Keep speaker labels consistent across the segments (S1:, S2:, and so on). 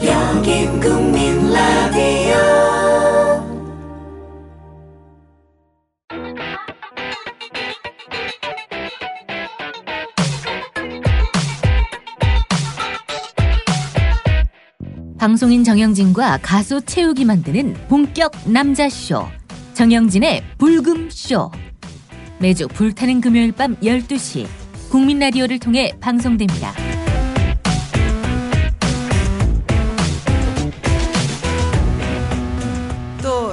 S1: 국민 국민 라디오
S2: 방송인 정영진과 가수 채욱이 만드는 본격 남자쇼. 정영진의 불금쇼. 매주 불타는 금요일 밤 12시 국민 라디오를 통해 방송됩니다.
S3: 또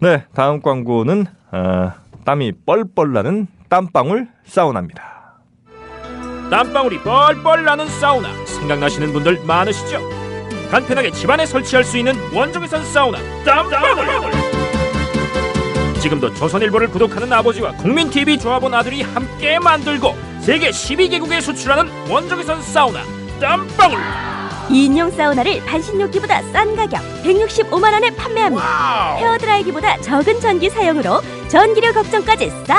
S4: 네, 다음 광고는 어, 땀이 뻘뻘 나는 땀방울 사우나입니다.
S5: 땀방울이 뻘뻘 나는 사우나 생각나시는 분들 많으시죠? 간편하게 집안에 설치할 수 있는 원적외선 사우나 땀방울 지금도 조선일보를 구독하는 아버지와 국민TV 조합원 아들이 함께 만들고 세계 12개국에 수출하는 원적외선 사우나 땀방울
S6: 2인용 사우나를 반신욕기보다 싼 가격 165만 원에 판매합니다. 헤어드라이기보다 적은 전기 사용으로 전기료 걱정까지 싸.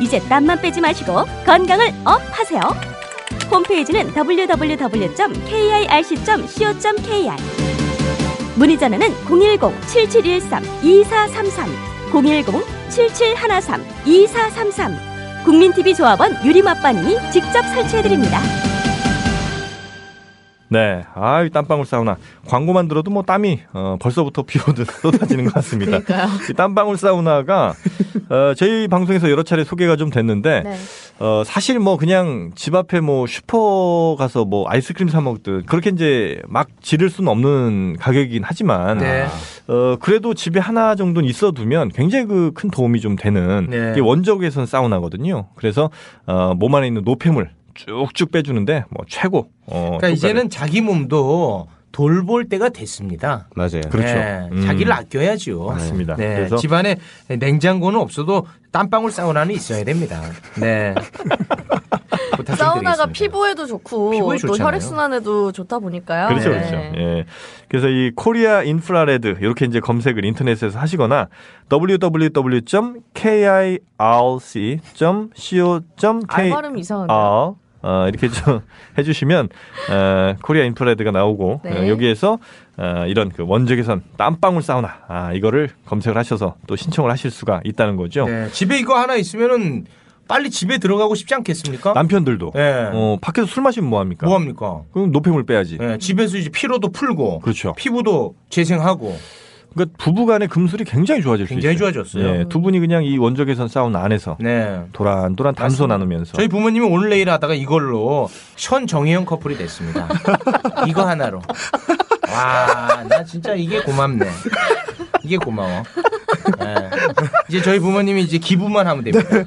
S6: 이제 땀만 빼지 마시고 건강을 업하세요. 홈페이지는 www.kirc.co.kr 문의 전화는 010-7713-2433 010-7713-2433 국민TV 조합원 유림아빠님이 직접 설치해드립니다.
S4: 네, 아이 땀방울 사우나 광고만 들어도 뭐 땀이 어, 벌써부터 비오듯 쏟아지는 것 같습니다. 이 땀방울 사우나가 어, 저희 방송에서 여러 차례 소개가 좀 됐는데 어, 사실 뭐 그냥 집 앞에 뭐 슈퍼 가서 뭐 아이스크림 사 먹듯 그렇게 이제 막 지를 수는 없는 가격이긴 하지만
S7: 네.
S4: 어, 그래도 집에 하나 정도는 있어두면 굉장히 그 큰 도움이 좀 되는
S7: 네.
S4: 이게 원적외선 사우나거든요. 그래서 어, 몸 안에 있는 노폐물 쭉쭉 빼주는데 뭐 최고. 어,
S7: 그러니까
S4: 효과를
S7: 이제는 자기 몸도 돌볼 때가 됐습니다.
S8: 맞아요.
S4: 그렇죠.
S7: 네,
S4: 음.
S7: 자기를 아껴야죠.
S4: 맞습니다.
S7: 네,
S4: 그래서-
S7: 집안에 냉장고는 없어도 땀방울 사우나는 있어야 됩니다. 네. 부탁 좀
S9: 사우나가
S7: 드리겠습니다.
S9: 피부에도 좋고
S7: 피부에
S9: 또
S7: 좋잖아요.
S9: 혈액순환에도 좋다 보니까요.
S4: 그렇죠,
S9: 네.
S4: 그렇죠. 예. 그래서 이 코리아 인프라레드 이렇게 이제 검색을 인터넷에서 하시거나
S9: 알
S4: www.kirc.co.kr
S9: 발음이 이상한데.
S4: 아, 어, 이렇게 좀 해주시면 어, 코리아 인프라레드가 나오고
S9: 네.
S4: 어, 여기에서 어, 이런 그 원적외선 땀방울 사우나 아, 이거를 검색을 하셔서 또 신청을 하실 수가 있다는 거죠.
S7: 네, 집에 이거 하나 있으면은 빨리 집에 들어가고 싶지 않겠습니까?
S4: 남편들도
S7: 네.
S4: 어, 밖에서 술 마시면 뭐 합니까?
S7: 뭐 합니까?
S4: 그럼 노폐물 빼야지.
S7: 네, 집에서 이제 피로도 풀고
S4: 그렇죠.
S7: 피부도 재생하고
S4: 그러니까 부부간의 금술이 굉장히 좋아질 수 있어요.
S7: 굉장히 좋아졌어요.
S4: 예, 두 분이 그냥 이 원적외선 사우나 안에서
S7: 네.
S4: 도란도란 담소
S7: 맞습니다.
S4: 나누면서
S7: 그렇죠. 저희 부모님이 오늘 내일 하다가 이걸로 션 정혜영 커플이 됐습니다. 이거 하나로. 와, 나 진짜 이게 고맙네. 이게 고마워. 예. 이제 저희 부모님이 이제 기부만 하면 됩니다.
S4: 네.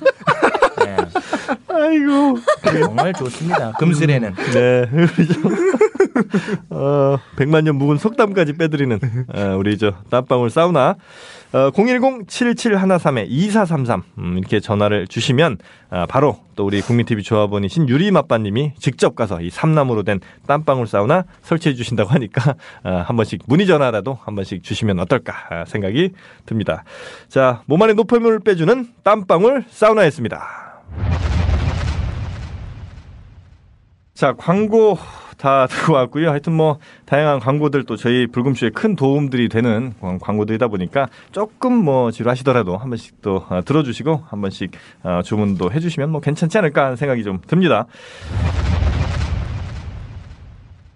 S7: 아이고. 예. 정말 좋습니다. 금슬에는.
S4: 네. 우리 저, 어, 100만 년 묵은 속담까지 빼드리는 어, 우리 저 땀방울 사우나 어, 010-7713-2433 음, 이렇게 전화를 주시면 아, 바로 또 우리 국민TV 조합원이신 유리맛바님이 직접 가서 이 삼나무로 된 땀방울 사우나 설치해 주신다고 하니까 아, 한 번씩 문의 전화라도 한 번씩 주시면 어떨까 아, 생각이 듭니다. 자, 몸 안에 노폐물을 빼주는 땀방울 사우나였습니다. 자 광고 다 듣고 왔고요. 하여튼 뭐 다양한 광고들 또 저희 불금쇼에 큰 도움들이 되는 광- 광고들이다 보니까 조금 뭐 지루하시더라도 한 번씩 또 어, 들어주시고 한 번씩 어, 주문도 해주시면 뭐 괜찮지 않을까 하는 생각이 좀 듭니다.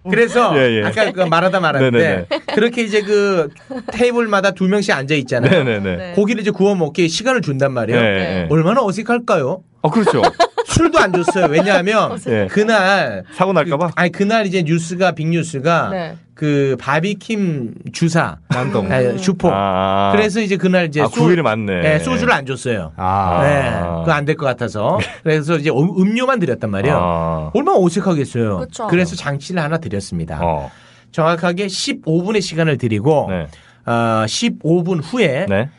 S7: 그래서
S4: 예, 예.
S7: 아까 그 말하다 말았는데
S4: 네네네.
S7: 그렇게 이제 그 테이블마다 두 명씩 앉아 있잖아요.
S4: 네네네.
S7: 고기를 이제 구워 먹기 시간을 준단 말이에요.
S4: 네.
S7: 얼마나 어색할까요?
S4: 어 그렇죠.
S7: 술도 안 줬어요. 왜냐하면
S4: 예.
S7: 그날
S4: 사고 날까봐
S7: 아니 그날 이제 뉴스가 빅뉴스가
S9: 네.
S7: 그 바비킴 주사
S4: 난동.
S9: 음.
S7: 아니, 슈퍼.
S4: 아.
S7: 그, 그래서 이제 그날 이제
S4: 아,
S7: 소-
S4: 9일이 맞네.
S7: 예, 소주를 안 줬어요.
S4: 아.
S7: 네, 그거 안 될 것 같아서 그래서 이제 음- 음료만 드렸단 말이에요.
S4: 아.
S7: 얼마나 어색하겠어요.
S9: 그쵸.
S7: 래서 장치를 하나 드렸습니다.
S4: 어.
S7: 정확하게 15분의 시간을 드리고
S4: 네.
S7: 어, 15분 후에
S4: 네.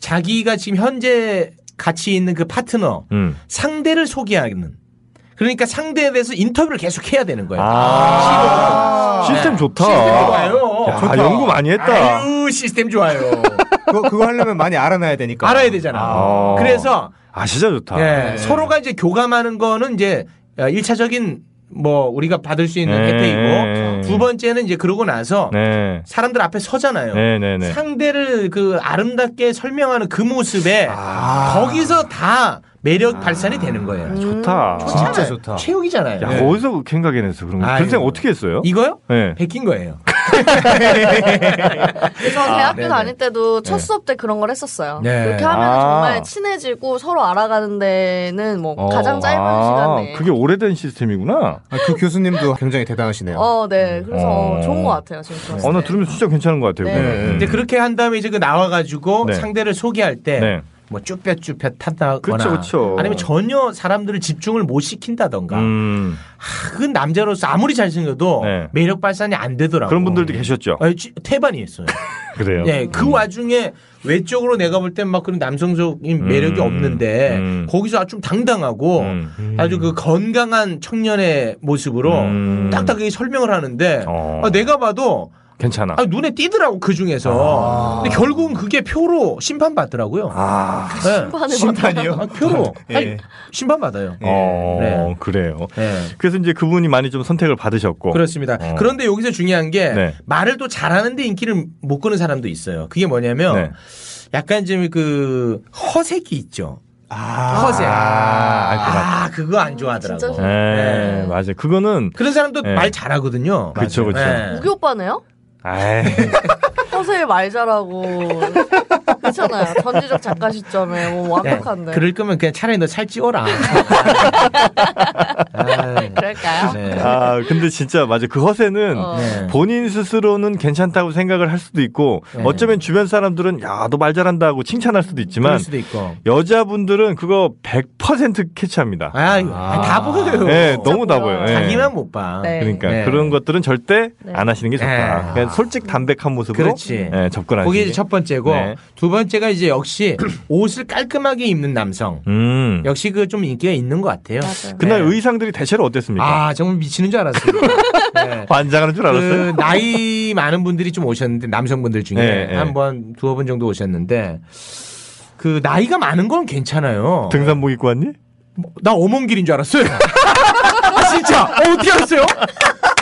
S7: 자기가 지금 현재 같이 있는 그 파트너
S4: 음.
S7: 상대를 소개하는 그러니까 상대에 대해서 인터뷰를 계속 해야 되는 거예요.
S4: 아. 시스템 좋다. 야, 연구 많이 했다.
S7: 아유 시스템 좋아요.
S8: 그거, 그거 하려면 많이 알아놔야 되니까. 네.
S7: 알아야 되잖아.
S4: 아.
S7: 그래서
S4: 아, 진짜 좋다.
S7: 예, 서로가 이제 교감하는 거는 이제 아, 일차적인뭐 우리가 받을 수 있는
S4: 네.
S7: 혜택이고 두 번째는 이제 그러고 나서
S4: 네.
S7: 사람들 앞에 서잖아요.
S4: 네, 네, 네.
S7: 상대를 그 아름답게 설명하는 그 모습에
S8: 아.
S7: 거기서 다 매력 발산이 되는 거예요.
S9: 음,
S4: 좋다.
S7: 좋잖아요.
S8: 진짜 좋다.
S7: 최욱이잖아요.
S4: 야, 어디서 생각해냈어? 그런 거.
S7: 네. 아유.
S4: 그런 생각 어떻게 했어요?
S7: 이거요?
S4: 네.
S7: 베낀 거예요.
S9: 저 대학교
S7: 네네.
S9: 다닐 때도 첫
S7: 네.
S9: 수업 때 그런 걸 했었어요.
S7: 네.
S9: 이렇게 하면
S4: 아.
S9: 정말 친해지고 서로 알아가는 데는 뭐 가장 짧은 시간에.
S4: 어, 아, 그게 오래된 시스템이구나.
S8: 아, 그 교수님도 굉장히 대단하시네요.
S9: 어, 네. 그래서
S4: 어.
S9: 좋은 것 같아요. 지금 들었을
S4: 어, 나
S7: 네.
S9: 때.
S4: 들으면 진짜 괜찮은 것 같아요.
S9: 네.
S4: 그거는. 음.
S7: 이제 그렇게 한 다음에 이제 그 나와가지고
S4: 네.
S7: 상대를 소개할 때
S4: 네.
S7: 뭐 쭈뼛쭈뼛 한다거나
S4: 그렇죠, 그쵸, 그쵸.
S7: 아니면 전혀 사람들을 집중을 못 시킨다던가
S4: 음.
S7: 그 남자로서 아무리 잘생겨도
S4: 네.
S7: 매력 발산이 안 되더라고요.
S4: 그런 분들도 계셨죠.
S7: 아, 지- 태반이었어요.
S4: 그래요. 음.
S7: 예, 그 와중에 외적으로 내가 볼 땐 막 그런 남성적인 매력이
S4: 음,
S7: 없는데
S4: 음.
S7: 거기서 아주 좀 당당하고
S4: 음.
S7: 아주 그 건강한 청년의 모습으로
S4: 음.
S7: 딱딱하게 설명을 하는데
S4: 어.
S7: 아, 내가 봐도
S4: 괜찮아.
S7: 아, 눈에 띄더라고 그 중에서. 근데 결국은 그게 표로 심판 받더라고요.
S4: 아.
S9: 심판을
S8: 심판이요?
S7: 표로
S8: 예.
S7: 아니, 심판 받아요.
S4: 어,
S7: 네.
S4: 그래요.
S7: 네.
S4: 그래서 이제 그분이 많이 좀 선택을 받으셨고.
S7: 그렇습니다.
S4: 어.
S7: 그런데 여기서 중요한 게
S4: 네.
S7: 말을 또 잘하는데 인기를 못 끄는 사람도 있어요. 그게 뭐냐면
S4: 네.
S7: 약간 좀 그 허색이 있죠.
S8: 아.
S7: 허세.
S4: 아, 알것 같아.
S7: 아, 그거 안
S9: 진짜
S7: 좋아하더라고.
S9: 싫어.
S4: 에,
S7: 네.
S4: 맞아요. 그거는
S7: 그런 사람도
S4: 네.
S7: 말 잘하거든요.
S4: 그쵸, 그쵸.
S7: 네.
S9: 우기 오빠네요?
S4: 에이,
S9: 허세 말 잘하고. 그렇잖아요. 전지적 작가 시점에 뭐
S7: 네.
S9: 완벽한데.
S7: 그럴 거면 그냥 차라리 너 살 찌워라. 아유,
S9: 그럴까요?
S7: 네.
S4: 아, 근데 진짜 맞아. 그 허세는
S9: 어.
S7: 네.
S4: 본인 스스로는 괜찮다고 생각을 할 수도 있고
S7: 네.
S4: 어쩌면 주변 사람들은 야, 너 말 잘한다 하고 칭찬할 수도 있지만
S7: 그럴 수도 있고.
S4: 여자분들은 그거 100% 캐치합니다.
S7: 아유, 아니, 다 보여요.
S4: 네, 너무 다 보여.
S9: 보여요.
S4: 예.
S7: 자기만 못 봐.
S9: 네.
S4: 그러니까
S7: 네.
S4: 그런 것들은 절대
S9: 네.
S4: 안 하시는 게 좋다.
S7: 네.
S4: 그러니까 솔직 담백한 모습으로
S7: 그렇지.
S4: 예, 접근하시는
S7: 그게
S4: 게.
S7: 이제 첫 번째고
S4: 네.
S7: 두 번째가 이제 역시 옷을 깔끔하게 입는 남성.
S4: 음.
S7: 역시 그 좀 인기가 있는 것 같아요.
S4: 그날
S7: 네.
S4: 의상들이 대체로 어땠습니까?
S7: 아 정말 미치는 줄 알았어요. 네.
S4: 환장하는 줄 아, 알았어요.
S7: 그 나이 많은 분들이 좀 오셨는데 남성분들 중에
S4: 네, 네.
S7: 한 번 두어 번 정도 오셨는데 그 나이가 많은 건 괜찮아요.
S4: 등산복 입고 왔니?
S7: 뭐, 나 어몽길인 줄 알았어요. 아 진짜 어, 어떻게 알았어요?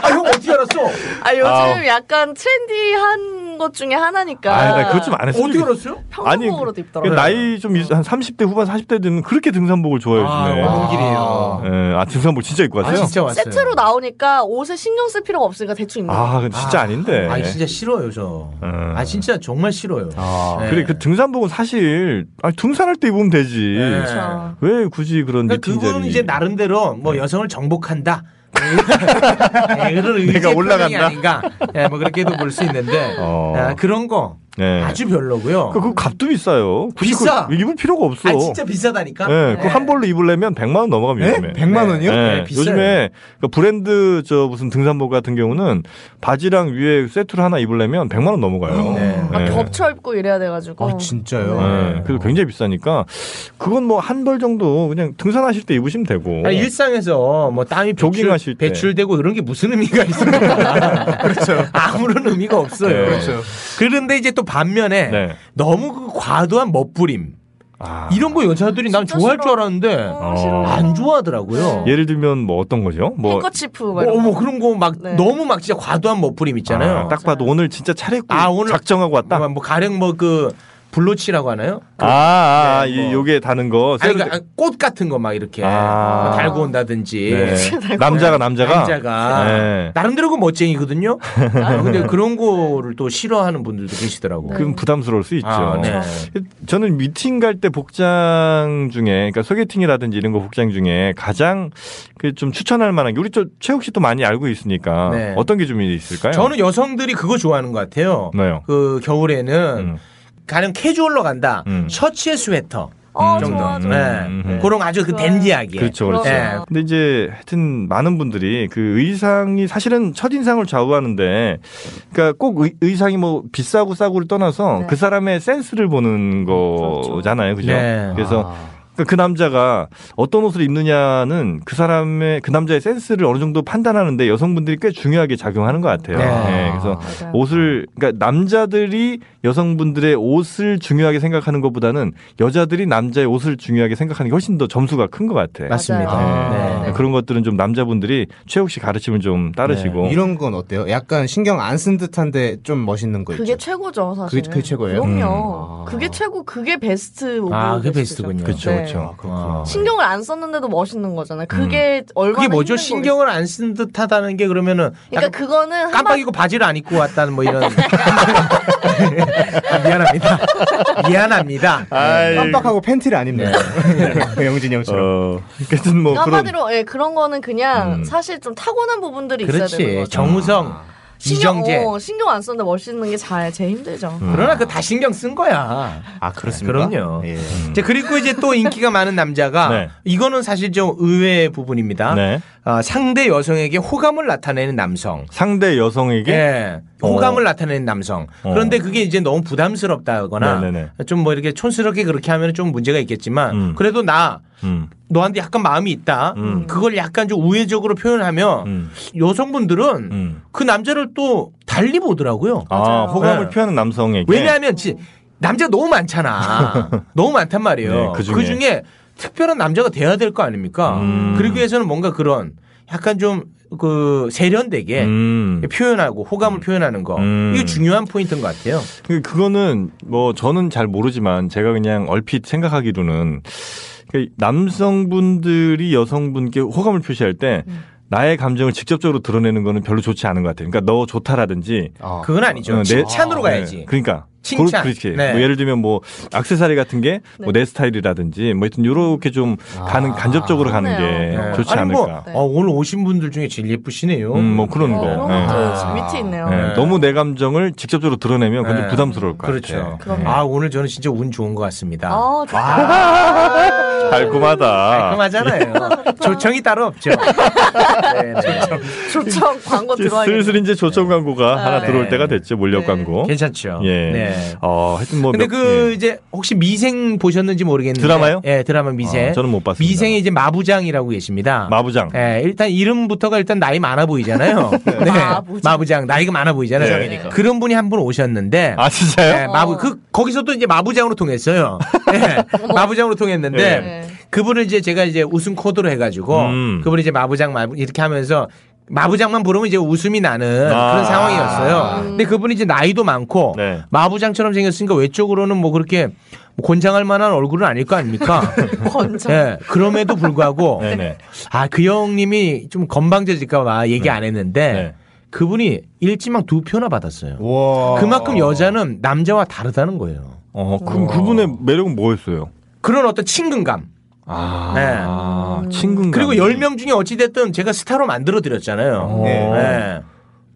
S7: 아 형 어떻게 알았어?
S9: 아, 요즘
S4: 아우.
S9: 약간 트렌디한 것 중에 하나니까.
S4: 아, 나 그것 좀 안 했으면
S7: 어떻게
S4: 좋겠-
S7: 알았어요?
S9: 평범으로도
S4: 그
S9: 입더라고요.
S4: 나이 좀 한 30대 후반 40대 되면 그렇게 등산복을 좋아해주네.
S7: 어. 아,
S4: 아,
S7: 어몽길이에요.
S4: 아 등산복 진짜 입고
S7: 아
S4: 왔어요?
S7: 진짜 왔어요.
S9: 세트로 나오니까 옷에 신경 쓸 필요가 없으니까 대충 입는 거.
S4: 아, 근데 진짜
S7: 아,
S4: 아닌데.
S7: 아 진짜 싫어요 저.
S4: 음.
S7: 아 진짜 정말 싫어요.
S8: 아.
S7: 네.
S4: 그래 그 등산복은 사실 아니, 등산할 때 입으면 되지.
S7: 네.
S9: 그렇죠.
S4: 왜 굳이 네. 그런
S7: 그러니까
S4: 니팅
S7: 그분은
S4: 자리?
S7: 이제 나름대로 뭐 여성을 정복한다. 네, 그런 의지의
S4: 내가 올라간다.
S7: 표명이 아닌가. 네, 뭐 그렇게도 볼 수 있는데
S4: 어.
S7: 아, 그런 거
S4: 네.
S7: 아주 별로고요.
S4: 그, 그 값도 비싸요. 굳이
S7: 비싸!
S4: 그, 입을 필요가 없어.
S7: 아 진짜 비싸다니까.
S4: 예, 그한 벌로 입으려면 100만 원 넘어갑니다.
S8: 예?
S4: 요즘에.
S8: 100만
S7: 네.
S8: 원이요?
S4: 예,
S7: 네, 비싸요.
S4: 요즘에 그 브랜드 저 무슨 등산복 같은 경우는 바지랑 위에 세트를 하나 입으려면 100만 원 넘어가요.
S7: 네.
S9: 막
S4: 예.
S9: 겹쳐 입고 이래야 돼가지고. 네.
S8: 아, 진짜요?
S4: 예, 그래서 굉장히 비싸니까 그건 뭐 한 벌 정도 그냥 등산하실 때 입으시면 되고.
S7: 아니, 일상에서 뭐 땀이
S4: 조깅하실
S7: 배출,
S4: 때.
S7: 배출되고 이런 게 무슨 의미가 있습니까? 그렇죠. 아무런 의미가 없어요.
S4: 네.
S8: 그렇죠.
S7: 그런데 이제 또 반면에
S4: 네.
S7: 너무 그 과도한 멋부림
S4: 아,
S7: 이런 거 여자들이 난
S9: 진짜
S7: 좋아할
S9: 싫어.
S7: 줄 알았는데
S9: 어, 싫어.
S7: 안 좋아하더라고요.
S4: 예를 들면 뭐 어떤 거죠? 뭐
S9: 행거치프 막
S7: 어,
S9: 이런 거.
S7: 뭐 그런 거 막
S9: 네.
S7: 너무 막 진짜 과도한 멋부림 있잖아요.
S4: 아, 딱 봐도 오늘 진짜 차려입고
S7: 아, 오늘-
S4: 작정하고 왔다.
S7: 뭐, 뭐 가령 뭐 그 블로치라고 하나요?
S4: 아, 아, 아,
S7: 네,
S4: 이
S7: 뭐.
S4: 요게 다는 거.
S7: 아니,
S4: 새로
S7: 그러니까 꽃 같은 거 막 이렇게
S4: 아.
S7: 달고 온다든지.
S4: 네. 남자가 남자가
S7: 예, 남자가
S4: 네.
S7: 나름대로 그 멋쟁이거든요. 아, 근데 그런 거를 또 싫어하는 분들도 계시더라고.
S4: 그럼 부담스러울 수 있죠.
S7: 아, 네.
S4: 저는 미팅 갈 때 복장 중에 그러니까 소개팅이라든지 이런 거 복장 중에 가장 그 좀 추천할 만한 게 우리 저 최욱 씨도 많이 알고 있으니까
S7: 네.
S4: 어떤 게 좀 있을까요?
S7: 저는 여성들이 그거 좋아하는 것 같아요.
S4: 네요.
S7: 그 겨울에는
S4: 음.
S7: 가령 캐주얼로 간다.
S4: 음.
S7: 셔츠에 스웨터
S9: 어,
S7: 정도.
S9: 좋아, 좋아.
S7: 네.
S4: 음, 음.
S7: 그런 거 아주 그 댄디하게.
S4: 그렇죠, 그렇죠.
S7: 네.
S4: 근데 이제 하여튼 많은 분들이 그 의상이 사실은 첫 인상을 좌우하는데, 그러니까 꼭 의, 상이뭐 비싸고 싸고를 떠나서
S9: 네.
S4: 그 사람의 센스를 보는 거잖아요, 그죠?
S7: 네.
S4: 그렇죠. 그래서 그러니까 그 남자가 어떤 옷을 입느냐는 그 사람의 그 남자의 센스를 어느 정도 판단하는데 여성분들이 꽤 중요하게 작용하는 것 같아요.
S7: 네.
S4: 예, 그래서
S9: 맞아요.
S4: 옷을 그러니까 남자들이 여성분들의 옷을 중요하게 생각하는 것보다는 여자들이 남자의 옷을 중요하게 생각하는 게 훨씬 더 점수가 큰 것 같아.
S7: 맞습니다.
S9: 맞아요.
S7: 네.
S9: 네.
S4: 그런 것들은 좀 남자분들이 최욱 씨 가르침을 좀 따르시고
S8: 네. 이런 건 어때요? 약간 신경 안 쓴 듯한데 좀 멋있는 거 있죠.
S9: 그게 최고죠 사실.
S8: 그게- 그게 최고예요? 음.
S9: 그럼요.
S8: 아.
S9: 그게 최고 그게 베스트. 오브
S7: 아, 그게
S9: 베스트죠.
S7: 베스트군요. 아,
S4: 그렇죠,
S9: 네.
S4: 그렇죠.
S7: 그렇구나.
S9: 신경을 안 썼는데도 멋있는 거잖아요. 그게 얼마나
S7: 그게 뭐죠?
S9: 힘든 거겠어요.
S7: 신경을 안 쓴 듯하다는 게 그러면은 약간
S9: 그러니까 그거는 한마디
S7: 깜빡이고 바지를 안 입고 왔다는 뭐 이런 아, 미안합니다. 미안합니다.
S4: 네.
S8: 깜빡하고 팬티를 안 입네요.
S10: 그
S8: 영진이 형처럼.
S4: 아, 예. 어, 하여튼 뭐 그런
S9: 한마디로 예 그런 거는 그냥
S4: 음.
S9: 사실 좀 타고난 부분들이 있어야 되는
S7: 그렇지.
S9: 거죠. 음.
S7: 정우성,
S9: 신경,
S7: 이정재.
S9: 어, 신경 안 썼는데 멋있는 게 잘 제일 힘들죠.
S7: 그러나 그 다 신경 쓴 거야.
S8: 아 그렇습니까?
S7: 네, 그럼요.
S8: 예.
S4: 음.
S9: 음.
S7: 자, 그리고 이제 또 인기가 많은 남자가
S4: 네.
S7: 이거는 사실 좀 의외의 부분입니다.
S4: 네.
S7: 아, 상대 여성에게 호감을 나타내는 남성.
S4: 상대 여성에게
S7: 예.
S4: 어.
S7: 호감을 나타내는 남성.
S4: 어.
S7: 그런데 그게 이제 너무 부담스럽다거나
S4: 네네네.
S7: 좀 뭐 이렇게 촌스럽게 그렇게 하면 좀 문제가 있겠지만
S4: 음.
S7: 그래도 나
S4: 음,
S7: 너한테 약간 마음이 있다.
S4: 음.
S7: 그걸 약간 좀 우회적으로 표현하면
S4: 음,
S7: 여성분들은
S4: 음.
S7: 그 남자를 또 달리 보더라고요.
S4: 아, 호감을
S7: 네.
S4: 표하는 남성에게
S7: 왜냐하면 지, 남자 너무 많잖아. 너무 많단 말이에요.
S4: 네,
S7: 그,
S4: 그중에.
S7: 중에. 특별한 남자가 돼야 될 거 아닙니까?
S4: 음.
S7: 그러기 위해서는 뭔가 그런 약간 좀 그 세련되게
S4: 음.
S7: 표현하고 호감을 표현하는 거
S4: 음.
S7: 이게 중요한 포인트인 것 같아요.
S4: 그- 그거는 뭐 저는 잘 모르지만 제가 그냥 얼핏 생각하기로는 그 남성분들이 여성분께 호감을 표시할 때 나의 감정을 직접적으로 드러내는 거는 별로 좋지 않은 것 같아요. 그러니까 너 좋다라든지
S8: 아.
S7: 그건 아니죠.
S4: 어, 내-
S7: 칭찬으로 가야지.
S4: 네, 그러니까.
S7: 칭찬.
S4: 그, 렇지
S7: 네.
S4: 뭐 예를 들면 뭐 액세서리 같은 게
S9: 네.
S4: 뭐 내 스타일이라든지 뭐 하여튼 요렇게 좀 가는 간접적으로 가는 게
S9: 아, 그러네요.
S4: 그렇죠. 좋지
S7: 아니
S4: 않을까.
S7: 뭐 어, 오늘 오신 분들 중에 제일 예쁘시네요.
S4: 음, 뭐 그런
S9: 어,
S4: 거.
S9: 그런
S4: 네.
S9: 것도
S7: 아.
S9: 밑에 있네요.
S4: 네,
S7: 네.
S4: 너무 내 감정을 직접적으로 드러내면 그건 좀
S7: 네.
S4: 부담스러울 것
S7: 그렇죠.
S4: 같아요. 네.
S9: 그럼요.
S7: 아 오늘 저는 진짜 운 좋은 것 같습니다.
S9: 아, 좋다. 그렇죠.
S4: 달콤하다.
S7: 깔끔하잖아요. 조청이 따로 없죠. 네, 네.
S9: 조청 광고
S4: 이제
S9: 들어와야겠네.
S4: 슬슬 이제 조청 광고가 하나
S7: 네.
S4: 들어올 때가 됐죠 물력
S9: 네.
S4: 광고.
S7: 괜찮죠.
S4: 예.
S7: 네.
S4: 어, 하여튼 뭐.
S7: 근데
S4: 몇-
S7: 그
S4: 예.
S7: 이제 혹시 미생 보셨는지 모르겠는데
S4: 드라마요?
S7: 예, 드라마 미생.
S4: 아, 저는 못 봤습니다.
S7: 미생의 이제 마부장이라고 계십니다.
S4: 마부장.
S7: 예, 일단 이름부터가 일단 나이 많아 보이잖아요. 네.
S9: 마부장.
S7: 마부장 나이가 많아 보이잖아요.
S4: 네.
S7: 그런 분이 한 분 오셨는데
S4: 아 진짜요?
S7: 예, 마부 그 거기서도 이제 마부장으로 통했어요. 예, 마부장으로 통했는데
S9: 네.
S7: 그분을 이제 제가 이제 웃음 코드로 해가지고
S4: 예. 음.
S7: 그분이 이제 마부장 마부 이렇게 하면서 마부장만 부르면 이제 웃음이 나는
S4: 아. 음.
S7: 그런 상황이었어요. 근데 그분이 이제 나이도 많고
S4: 네.
S7: 마부장처럼 생겼으니까 외적으로는 뭐 그렇게 뭐 권장할 만한 얼굴은 아닐 거 아닙니까?
S9: 권장.
S7: 예, 그럼에도 불구하고
S4: 네네.
S7: 아 그 형님이 좀 건방져질까 봐 얘기 안 했는데
S4: 네.
S7: 그분이 일지망 두 표나 받았어요.
S8: 와.
S7: 그만큼 여자는 남자와 다르다는 거예요.
S4: 어, 그럼 그분의 매력은 뭐였어요?
S7: 그런 어떤 친근감.
S4: 아,
S7: 네.
S4: 친근.
S7: 그리고 10명 중에 어찌됐든 제가 스타로 만들어 드렸잖아요.
S8: 네.
S7: 네.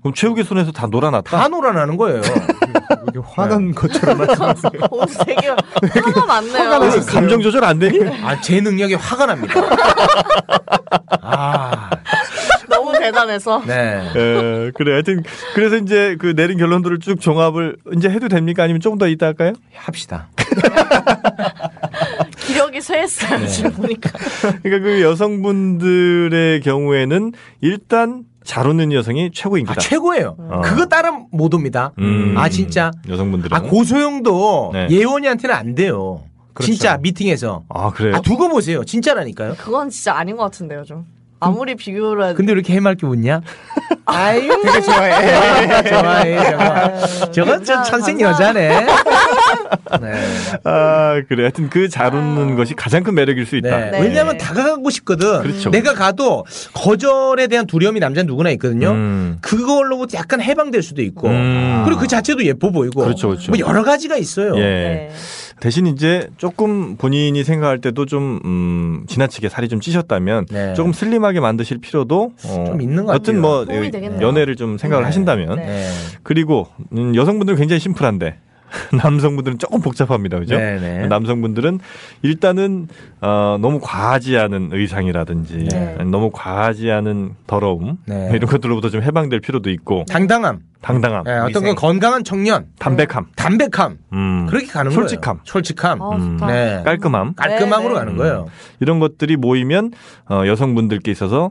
S4: 그럼 최욱의 손에서 다 놀아놨다.
S7: 다 놀아나는 거예요.
S8: 이렇게 화난
S10: 네.
S8: 것처럼
S10: 아.
S9: 오, 되게 화가 많네요.
S4: 오늘 감정 조절 안 되니?
S7: 아, 제 능력에 화가 납니다. 아,
S9: 너무 대단해서.
S7: 네.
S4: 예, 그래. 하여튼 그래서 이제 그 내린 결론들을 쭉 종합을 이제 해도 됩니까? 아니면 조금 더 이따 할까요?
S7: 합시다.
S9: 기력이 쇠했어요, 지금 보니까.
S4: 그러니까 그 여성분들의 경우에는 일단 잘 웃는 여성이 최고입니다. 어.
S7: 아, 최고예요. 그거 따라 못 옵니다.
S4: 음.
S7: 아, 진짜.
S4: 여성분들은.
S7: 아, 고소영도
S4: 네.
S7: 예원이한테는 안 돼요.
S4: 그렇죠.
S7: 진짜 미팅에서.
S4: 아, 그래요?
S7: 아, 두고 보세요. 진짜라니까요.
S9: 그건 진짜 아닌 것 같은데요, 좀. 아무리 비교를 해도.
S7: 근데 왜 이렇게 해맑게 웃냐?
S9: 아유.
S8: 되게 좋아해.
S7: 좋아해, 저거. 저거 저
S9: 감사-
S7: 천생
S9: 감사-
S7: 여자네.
S4: 아 그래 하여튼 그 잘 웃는 것이 가장 큰 매력일 수 있다.
S7: 아. 네. 왜냐하면 다가가고 싶거든.
S4: 그렇죠.
S7: 내가 가도 거절에 대한 두려움이 남자는 누구나 있거든요. 그걸로부터 약간 해방될 수도 있고
S4: 음.
S7: 그리고 그 자체도 예뻐 보이고
S4: 그렇죠, 그렇죠.
S7: 뭐 여러 가지가 있어요. 네.
S4: 예.
S9: 네.
S4: 대신 이제 조금 본인이 생각할 때도 좀 음, 지나치게 살이 좀 찌셨다면
S7: 네.
S4: 조금 슬림하게 만드실 필요도 어,
S7: 좀 있는 것
S4: 여튼
S7: 같아요.
S4: 뭐
S9: 도움이
S4: 예,
S9: 되겠네요.
S4: 연애를 좀 생각을
S7: 네.
S4: 하신다면
S7: 네.
S4: 그리고 음, 여성분들은 굉장히 심플한데 남성분들은 조금 복잡합니다, 그죠?
S7: 네네.
S4: 남성분들은 일단은 어, 너무 과하지 않은 의상이라든지
S7: 네.
S4: 너무 과하지 않은 더러움
S7: 네.
S4: 이런 것들로부터 좀 해방될 필요도 있고
S7: 당당함.
S4: 당당함,
S7: 예, 어떤 건 건강한 청년.
S4: 담백함,
S7: 담백함.
S4: 음,
S7: 그렇게 가는
S4: 솔직함.
S7: 거예요. 솔직함.
S9: 어, 좋다.
S7: 네.
S4: 깔끔함 음.
S7: 깔끔함으로
S9: 네, 네.
S7: 가는 거예요.
S4: 이런 것들이 모이면 어, 여성분들께 있어서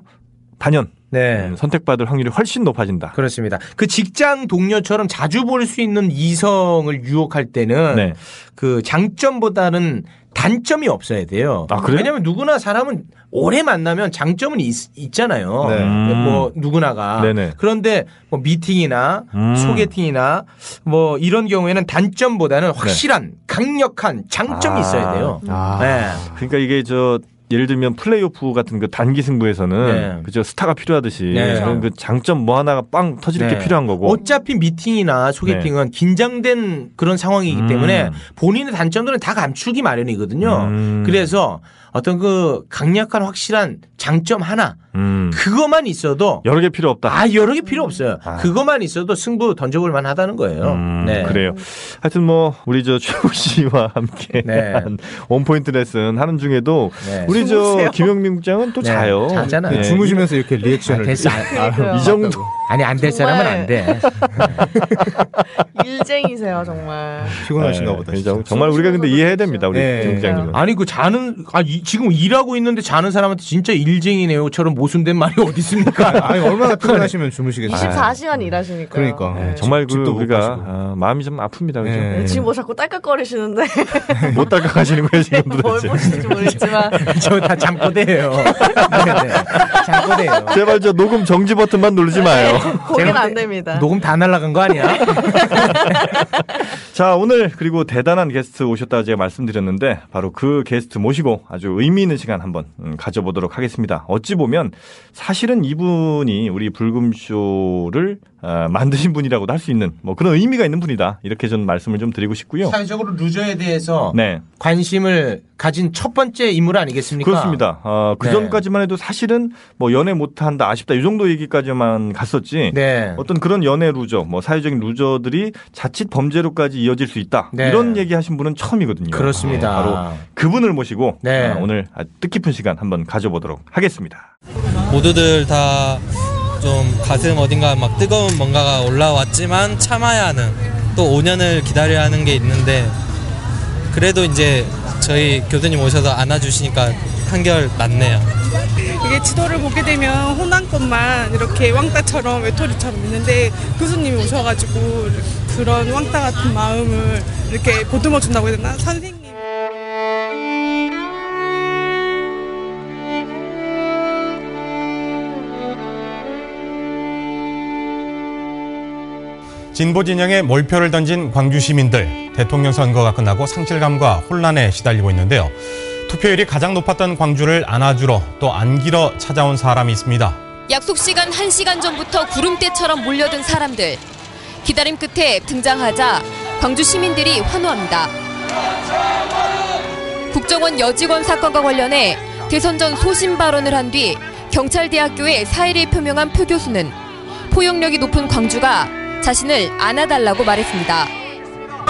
S4: 단연
S7: 네.
S4: 음, 선택받을 확률이 훨씬 높아진다.
S7: 그렇습니다. 그 직장 동료처럼 자주 볼 수 있는 이성을 유혹할 때는
S4: 네.
S7: 그 장점보다는 단점이 없어야 돼요.
S4: 아, 그래요?
S7: 왜냐면 누구나 사람은 오래 만나면 장점은 있, 잖아요
S11: 네.
S4: 음.
S7: 뭐 누구나가.
S4: 네네.
S7: 그런데 뭐 미팅이나
S4: 음.
S7: 소개팅이나 뭐 이런 경우에는 단점보다는 확실한 강력한 장점이
S4: 네. 아.
S7: 있어야 돼요.
S11: 아.
S7: 네.
S4: 그러니까 이게 저 예를 들면 플레이오프 같은 그 단기 승부에서는
S7: 네.
S4: 그저 스타가 필요하듯이
S7: 네.
S4: 그런 그 장점 뭐 하나가 빵 터질 게
S7: 네.
S4: 필요한 거고
S7: 어차피 미팅이나 소개팅은 긴장된 그런 상황이기
S4: 네. 음.
S7: 때문에 본인의 단점들은 다 감추기 마련이거든요.
S4: 음.
S7: 그래서 어떤 그 강력한 확실한 장점 하나
S4: 음,
S7: 그것만 있어도
S4: 여러 음. 개 필요 없다.
S7: 아 여러 개 필요 없어요. 그것만 있어도 승부 던져볼 만하다는 거예요.
S4: 음,
S7: 네.
S4: 그래요. 하여튼 뭐 우리 저 최우 씨와 함께
S7: 네.
S4: 한 원포인트 레슨 하는 중에도
S7: 네.
S4: 우리 저 김영민 국장은 또
S7: 네,
S4: 자요.
S7: 자잖아요.
S10: 그
S4: 네.
S11: 주무시면서 이렇게
S7: 아,
S11: 리액션을
S7: 됐어.
S11: 아,
S4: 이 정도
S7: 아니 안 될
S9: 정말.
S7: 사람은 안 돼.
S9: 일쟁이세요 정말.
S11: 피곤하신가
S4: 네,
S11: 보다.
S4: 굉장히
S11: 진짜.
S4: 정말 우리가 근데 이해해야 됩니다. 우리
S11: 네.
S4: 김 국장님은.
S7: 아니 그 자는 아 이- 지금 일하고 있는데 자는 사람한테 진짜 일쟁이네요처럼 모순된 말이 어디 있습니까?
S11: 아니 얼마나 피곤하시면 주무시겠어요.
S9: 24시간 일하시니까.
S11: 그러니까.
S4: 네, 정말 아, 그
S11: 집도 못
S4: 우리가
S11: 가시고.
S4: 아, 마음이 좀 아픕니다. 그죠?
S11: 네.
S9: 지금 뭐 자꾸 딸깍거리시는데
S4: 못 닦아가시는 거예요 지금
S9: 뭘
S4: 도대체.
S9: 보시는지 모르겠지만
S7: 저 다 잠꼬대예요. 네, 네. 잠꼬대예요.
S4: 제발 저 녹음 정지 버튼만 누르지 마요.
S11: 네.
S10: 어,
S9: 고개는 안 됩니다.
S7: 녹음 다 날라간 거 아니야?
S4: 자 오늘 그리고 대단한 게스트 오셨다 제가 말씀드렸는데 바로 그 게스트 모시고 아주 의미 있는 시간 한번 음, 가져보도록 하겠습니다. 어찌 보면 사실은 이분이 우리 불금쇼를 어, 만드신 분이라고도 할 수 있는 뭐 그런 의미가 있는 분이다 이렇게 저는 말씀을 좀 드리고 싶고요.
S7: 사회적으로 루저에 대해서
S4: 네
S7: 관심을 가진 첫 번째 인물 아니겠습니까?
S4: 그렇습니다. 어, 그
S7: 네.
S4: 전까지만 해도 사실은 뭐 연애 못한다 아쉽다 이 정도 얘기까지만 갔었지.
S7: 네.
S4: 어떤 그런 연애 루저, 뭐 사회적인 루저들이 자칫 범죄로까지 이어질 수 있다.
S7: 네.
S4: 이런 얘기하신 분은 처음이거든요.
S7: 그렇습니다.
S4: 네, 바로 그분을 모시고
S7: 네.
S4: 아, 오늘 아주 뜻깊은 시간 한번 가져보도록 하겠습니다.
S12: 모두들 다 좀 가슴 어딘가 막 뜨거운 뭔가가 올라왔지만 참아야 하는 또 5년을 기다려야 하는 게 있는데 그래도 이제 저희 교수님 오셔서 안아주시니까 한결 낫네요.
S5: 이게 지도를 보게 되면 호남권만 이렇게 왕따처럼 외톨이처럼 있는데 교수님이 오셔가지고 그런 왕따 같은 마음을 이렇게 보듬어 준다고 해야 되나 선생님.
S10: 진보 진영에 몰표를 던진 광주 시민들 대통령 선거가 끝나고 상실감과 혼란에 시달리고 있는데요. 투표율이 가장 높았던 광주를 안아주러 또 안기러 찾아온 사람이 있습니다.
S6: 약속 시간 1시간 전부터 구름대처럼 몰려든 사람들. 기다림 끝에 등장하자 광주 시민들이 환호합니다. 국정원 여직원 사건과 관련해 대선 전 소신 발언을 한 뒤 경찰대학교에 사의를 표명한 표 교수는 포용력이 높은 광주가 자신을 안아달라고 말했습니다.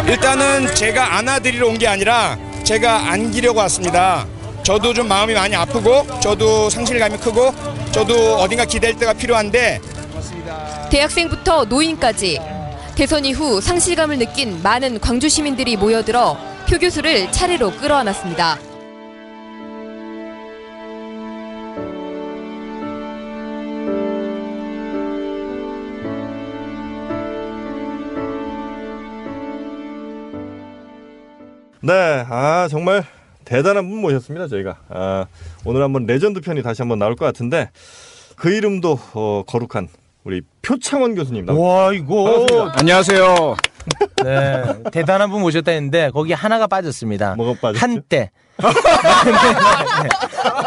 S13: 일단은 제가 안아드리러 온 게 아니라 제가 안기려고 왔습니다. 저도 좀 마음이 많이 아프고 저도 상실감이 크고 저도 어딘가 기댈 데가 필요한데
S6: 대학생부터 노인까지 대선 이후 상실감을 느낀 많은 광주 시민들이 모여들어 표 교수를 차례로 끌어안았습니다.
S4: 네, 아 정말 대단한 분 모셨습니다 저희가. 아, 오늘 한번 레전드 편이 다시 한번 나올 것 같은데 그 이름도 어, 거룩한 우리 표창원 교수님 나오셨습니다.
S7: 와 이거
S4: 반갑습니다.
S14: 안녕하세요.
S7: 네, 대단한 분 모셨다 했는데 거기 하나가 빠졌습니다. 뭐가 빠졌죠? 한때.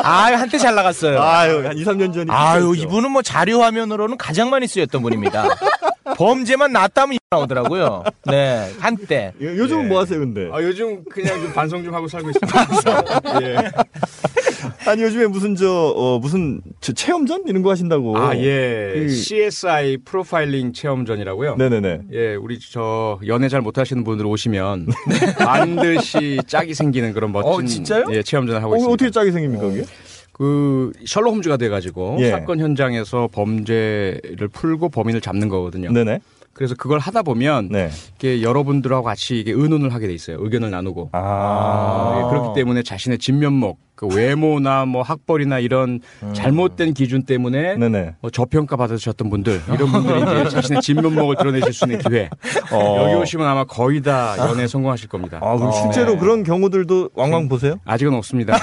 S7: 아, 한때 잘 나갔어요.
S4: 아유, 그렇죠. 한 2, 3년 전이.
S7: 아유, 이분은 뭐 자료 화면으로는 가장 많이 쓰였던 분입니다. 범죄만 났다면 나오더라고요. 네, 한때.
S4: 요즘 뭐 하세요, 근데?
S10: 아, 요즘 그냥 좀 반성 좀 하고 살고 있습니다. 예.
S4: 아니 요즘에 무슨 저 어, 무슨 저 체험전 이런 거 하신다고.
S10: 아, 예.
S4: 그-
S10: CSI 프로파일링 체험전이라고요.
S4: 네네네.
S10: 예, 우리 저 연애 잘 못하시는 분들 오시면 반드시 짝이 생기는 그런 멋진
S4: 어, 진짜요?
S10: 예, 체험전을 하고
S4: 어,
S10: 있습니다.
S4: 어떻게 짝이 생깁니까 그게?
S10: 그 셜록 홈즈가 돼가지고
S4: 예.
S10: 사건 현장에서 범죄를 풀고 범인을 잡는 거거든요.
S4: 네네. 네.
S10: 그래서 그걸 하다 보면 이게 여러분들하고 같이 이게 의논을 하게 돼 있어요. 의견을 나누고.
S4: 아.
S10: 예, 그렇기 때문에 자신의 진면목, 그 외모나 뭐 학벌이나 이런
S4: 음.
S10: 잘못된 기준 때문에 뭐 저평가 받으셨던 분들 이런 분들이 이제 자신의 진면목을 드러내실 수 있는 기회.
S4: 어.
S10: 여기 오시면 아마 거의 다 연애 성공하실 겁니다.
S4: 아 그럼 실제로 그런 경우들도 왕왕 보세요?
S10: 아직은 없습니다.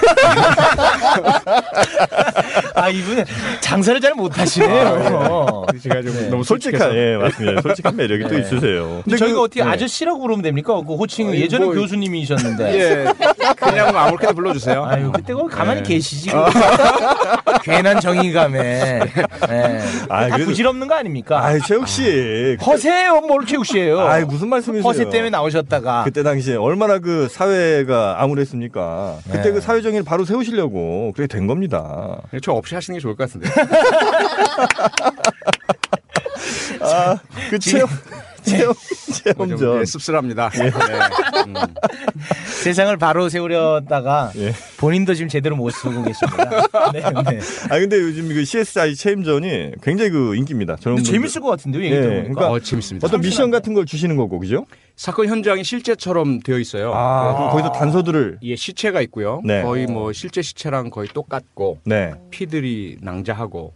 S7: 아, 이분 장사를 잘
S4: 아,
S7: 못하시네요.
S10: 제가 좀
S7: 네.
S10: 너무
S4: 솔직한 예 맞습니다. 솔직한 매력이 또
S7: 네.
S4: 있으세요.
S7: 근데 저희가 어떻게
S4: 네.
S7: 아저씨라고 부르면 됩니까? 그 호칭
S4: 아니,
S7: 예전에
S4: 뭐-
S7: 교수님이셨는데.
S4: 예.
S10: 그냥 뭐 아무렇게나 불러주세요.
S7: 아유, 그때 거 가만히
S10: 네.
S7: 계시지.
S4: 아.
S7: 괜한 정의감에. 네. 다
S4: 아, 그래도-
S7: 부질없는 거 아닙니까?
S4: 아유 최욱 씨.
S7: 허세요, 뭘 최욱 씨예요?
S4: 아이 무슨 말씀이세요?
S7: 허세 때문에 나오셨다가
S4: 그때 당시에 얼마나 그 사회가 암울했습니까? 그때 그 사회 정의를 바로 세우시려고 그렇게 된 겁니다.
S10: 저 없이 하시는 게 좋을 것 같은데.
S4: 아, 그 체험 체험
S10: 뭐
S4: 체험전
S10: 예,
S4: 예.
S10: 씁쓸합니다. 네.
S7: 세상을 바로 세우려다가
S4: 예.
S7: 본인도 지금 제대로 못 쓰고 계십니다. 네, 네.
S4: 아 근데 요즘 그 CSI 체임전이 굉장히 그 인기입니다. 저는
S7: 근데 재밌을 것 같은데요, 얘기 들어보니까.
S10: 그러니까
S7: 어,
S10: 재밌습니다.
S4: 어떤 미션 같은 걸 주시는 거고 그죠?
S10: 사건 현장이 실제처럼 되어 있어요.
S4: 아,
S10: 그래서
S4: 그럼 거기서 단서들을
S10: 예, 시체가 있고요.
S4: 네.
S10: 거의 뭐 실제 시체랑 거의 똑같고
S4: 네.
S10: 피들이 낭자하고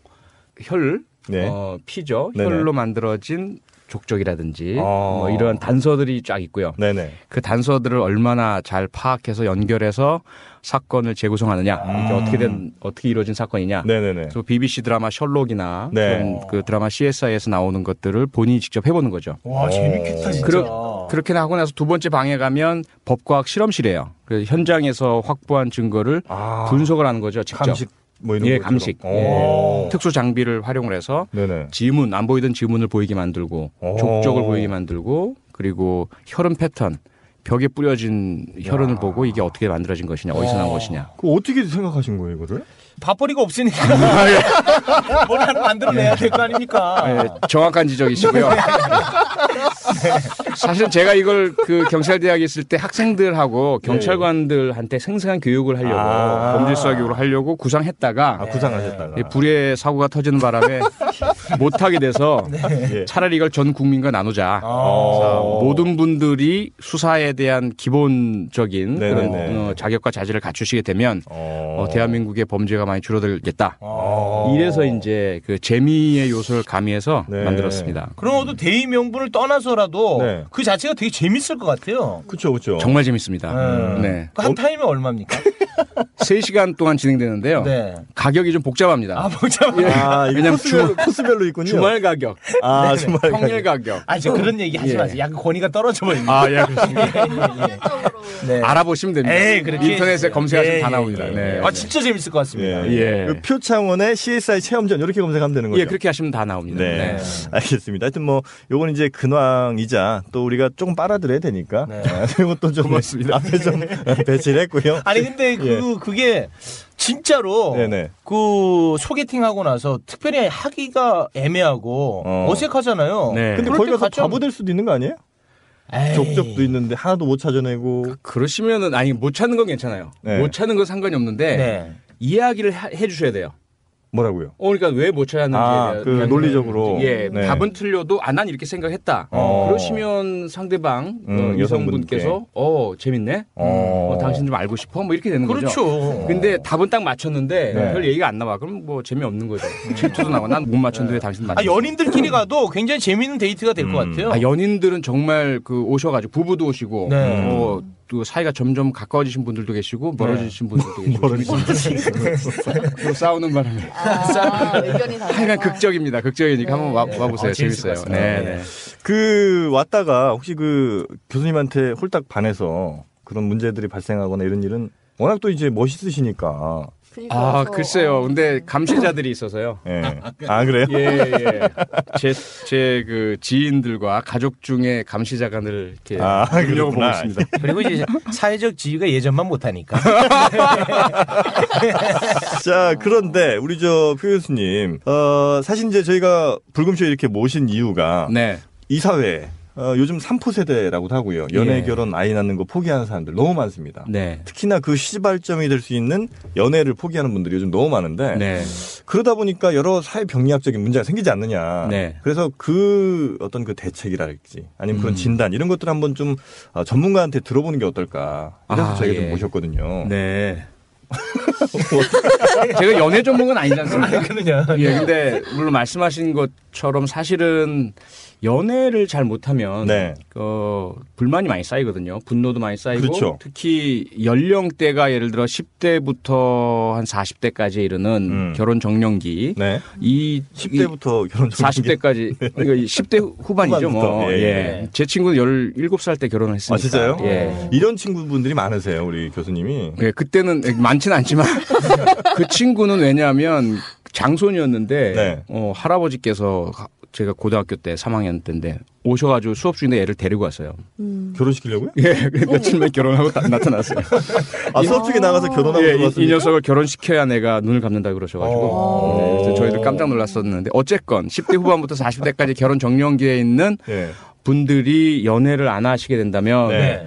S10: 혈,
S4: 네.
S10: 어, 피죠.
S4: 네네.
S10: 혈로 만들어진 족적이라든지
S4: 아.
S10: 뭐 이런 단서들이 쫙 있고요.
S4: 네.
S10: 그 단서들을 얼마나 잘 파악해서 연결해서 사건을 재구성하느냐,
S4: 음.
S10: 이게 어떻게 된 어떻게 이루어진 사건이냐. 그래서 BBC 드라마 셜록이나
S4: 네.
S10: 그런 그 드라마 CSI에서 나오는 것들을 본인이 직접 해보는 거죠.
S7: 와, 재밌겠다, 진짜.
S4: 그렇죠.
S10: 그러, 그렇게 하고 나서 두 번째 방에 가면 법과학 실험실이에요. 그래서 현장에서 확보한 증거를 분석을 하는 거죠. 직접.
S4: 아, 감식 뭐 이런
S10: 예,
S4: 거죠?
S10: 감식. 예.
S4: 오.
S10: 특수 장비를 활용을 해서
S4: 네네.
S10: 지문 안 보이던 지문을 보이게 만들고 족적을 보이게 만들고 그리고 혈흔 패턴 벽에 뿌려진 혈흔을 보고 이게 어떻게 만들어진 것이냐 어디서 나온
S4: 오.
S10: 것이냐.
S4: 그 어떻게 생각하신 거예요, 이거를?
S7: 밥벌이가 없으니까 뭘 하나 만들어내야 될 거 아닙니까?
S10: 예, 정확한 지적이시고요.
S4: 네.
S10: 사실은 제가 이걸 그 경찰대학에 있을 때 학생들하고 경찰관들한테 생생한 교육을 하려고
S4: 네. 아.
S10: 범죄수사 교육을 하려고 구상했다가
S4: 구상하셨다가.
S10: 예, 불의 사고가 터지는 바람에 못하게 돼서
S4: 네. 예.
S10: 차라리 이걸 전 국민과 예. 나누자.
S4: 아.
S7: 아,
S10: 그래서 모든 분들이 수사에 대한 기본적인 그런
S4: 네네네.
S10: 어, 자격과 자질을 갖추시게 되면 어, 대한민국의 범죄가 많이 줄어들겠다. 이래서 이제 그 재미의 요소를 가미해서
S4: 네.
S10: 만들었습니다.
S7: 그런 것도 대의 명분을 떠나서라도
S10: 네.
S7: 그 자체가 되게 재밌을 것 같아요.
S4: 그렇죠, 그렇죠.
S10: 정말 재밌습니다. 네.
S7: 한 타임이 얼마입니까?
S10: 3시간 동안 진행되는데요.
S7: 네.
S10: 가격이 좀 복잡합니다.
S7: 아, 복잡.
S10: 어. 예.
S4: 아, 이거
S10: 왜냐면
S4: 코스별-
S10: 주-
S4: 코스별로 있군요.
S10: 주말 가격.
S4: 아,
S10: 네네.
S4: 주말
S10: 평일 가격.
S7: 아, 저 그런 얘기 하지
S10: 예.
S7: 마세요. 약간 권위가 떨어져 버립니다.
S10: 아, 예, 그렇습니다. 알아보시면 됩니다.
S7: 네. 에이, 그렇게
S10: 인터넷에
S7: 해주세요.
S10: 검색하시면
S7: 예,
S10: 다
S7: 예,
S10: 나옵니다.
S7: 예.
S10: 네.
S7: 아, 진짜 재밌을 것 같습니다.
S10: 예.
S4: 그 표창원의 CSI 체험전 이렇게 검색하면 되는 거죠.
S10: 예, 그렇게 하시면 다 나옵니다.
S4: 네.
S10: 네.
S4: 알겠습니다. 하여튼 뭐 요건 이제 근황이자 또 우리가 조금 빨아들여야 되니까
S10: 네.
S4: 아, 이것도 좀 고맙습니다. 앞에 좀 배치를 했고요.
S7: 아니 근데 그 그게 진짜로
S4: 예. 네네.
S7: 그 소개팅 하고 나서 특별히 하기가 애매하고
S4: 어.
S7: 어. 색하잖아요
S4: 근데 네. 거기 가서 바보될 수도 있는 거 아니에요? 족적도 있는데 하나도 못 찾아내고
S10: 네. 그러시면은 아니 못 찾는 건 괜찮아요.
S4: 네.
S10: 못 찾는 건 상관이 없는데
S4: 네.
S10: 이야기를 하- 해주셔야 돼요.
S4: 뭐라고요?
S10: 어, 그러니까 왜 못 찾았는지
S4: 아, 그 논리적으로.
S10: 예
S4: 네.
S10: 답은 틀려도 아 난 이렇게 생각했다
S4: 어.
S10: 그러시면 상대방 어,
S4: 음,
S10: 여성분께서
S4: 여성분께.
S10: 어 재밌네
S4: 어.
S10: 어, 당신 좀 알고 싶어 뭐 이렇게 되는
S7: 그렇죠.
S10: 거죠 근데 답은 딱 맞췄는데
S7: 네.
S10: 별 얘기가 안 나와 그럼 뭐 재미없는 거죠 질투도 나고 난 못 맞췄는데 왜 당신
S7: 아
S10: 맞췄어
S7: 연인들끼리 가도 굉장히
S10: 예.
S7: 재밌는 데이트가 될 것 같아요.
S10: 아, 연인들은 정말 그 오셔가지고 부부도 오시고
S7: 네.
S10: 어, 또 사이가 점점 가까워지신 분들도 계시고 네. 멀어지신 분들도 계시고
S4: 멀어지신
S10: 또 싸우는 바람에 하여간 그- 극적입니다. 극적이니까 한번 와, 와보세요. 네. 재밌어요. 네, 네.
S4: 그 왔다가 혹시 그 교수님한테 홀딱 반해서 그런 문제들이 발생하거나 이런 일은 워낙 또 이제 멋있으시니까.
S9: 그러니까
S10: 아 글쎄요. 근데 감시자들이 있어서요.
S4: 예. 아 그래요?
S10: 예, 예. 제제 그 지인들과 가족 중에 감시자가 늘 이렇게
S4: 아,
S10: 려고 예. 보고
S4: 그렇구나.
S10: 있습니다.
S7: 그리고 이제 사회적 지위가 예전만 못하니까.
S4: 자, 그런데 우리 저 표 교수님, 어, 사실 이제 저희가 불금쇼에 이렇게 모신 이유가
S10: 네.
S4: 이 사회 어, 요즘 삼포 세대라고도 하고요. 연애,
S10: 예.
S4: 결혼, 아이 낳는 거 포기하는 사람들 너무 많습니다.
S10: 네.
S4: 특히나 그 시발점이 될 수 있는 연애를 포기하는 분들이 요즘 너무
S10: 네.
S4: 많은데 그러다 보니까 여러 사회 병리학적인 문제가 생기지 않느냐.
S10: 네.
S4: 그래서 그 어떤 그 대책이랄지 아니면 그런
S10: 음.
S4: 진단 이런 것들 을 한번 좀 어, 전문가한테 들어보는 게 어떨까. 그래서
S10: 아,
S4: 저희가
S10: 예.
S4: 좀 모셨거든요.
S10: 네. 제가 연애 전문은 아니지 않습니까? 예, 근데 물론 말씀하신 것처럼 사실은 연애를 잘 못하면 어, 불만이 많이 쌓이거든요. 분노도 많이 쌓이고
S4: 네. 그렇죠.
S10: 특히 연령대가 예를 들어 10대부터 한 40대까지 이르는
S4: 음.
S10: 결혼 정년기
S4: 네.
S10: 이
S4: 10대부터 결혼 정년기?
S10: 40대까지 그러니까 10대 후반이죠. 뭐.
S4: 후반부터, 예,
S10: 예.
S4: 예.
S10: 제 친구는 17살 때 결혼을 했습니다.
S4: 아 진짜요?
S10: 예.
S4: 이런 친구분들이 많으세요, 우리 교수님이.
S10: 예, 그때는 많지는 않지만 그 친구는 왜냐하면 장손이었는데 어, 할아버지께서 가- 제가 고등학교 때 3학년 때인데 오셔가지고 수업 중인데 애를 데리고 왔어요.
S4: 결혼시키려고요?
S10: 예, 그래서 며칠 만에 결혼하고 나- 나타났어요.
S4: 아, 수업 중에 나가서 결혼하고
S10: 예, 이, 이
S4: 들어왔습니까?
S10: 녀석을 결혼시켜야 내가 눈을 감는다 그러셔가지고 네, 그래서 저희들 깜짝 놀랐었는데 어쨌건 10대 후반부터 40대까지 결혼 정년기에 있는
S4: 예.
S10: 분들이 연애를 안 하시게 된다면
S7: 네.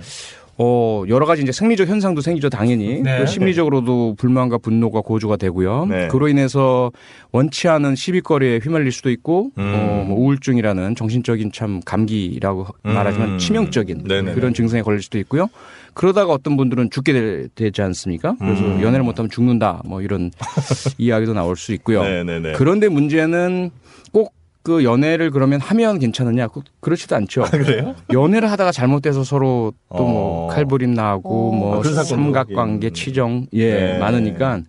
S10: 어, 여러 가지 이제 생리적 현상도 생기죠, 당연히.
S7: 네.
S10: 그리고 심리적으로도 불만과 분노가 고조가 되고요.
S4: 네.
S10: 그로 인해서 원치 않은 시비거리에 휘말릴 수도 있고,
S4: 음.
S10: 어, 뭐 우울증이라는 정신적인 참 감기라고
S4: 음.
S10: 말하지만 치명적인
S4: 네,
S10: 그런 증상에 걸릴 수도 있고요. 그러다가 어떤 분들은 죽게 되, 되지 않습니까? 그래서
S4: 음.
S10: 연애를 못하면 죽는다, 뭐 이런 이야기도 나올 수 있고요.
S4: 네.
S10: 그런데 문제는 꼭 그 연애를 그러면 하면 괜찮으냐? 그- 그렇지도 않죠.
S4: 아, 그래요? 어.
S10: 연애를 하다가 잘못돼서 서로 또 뭐 칼부림 나고
S4: 아,
S10: 뭐
S4: 그런 사건도
S10: 삼각관계 치정 예
S4: 네.
S10: 많으니까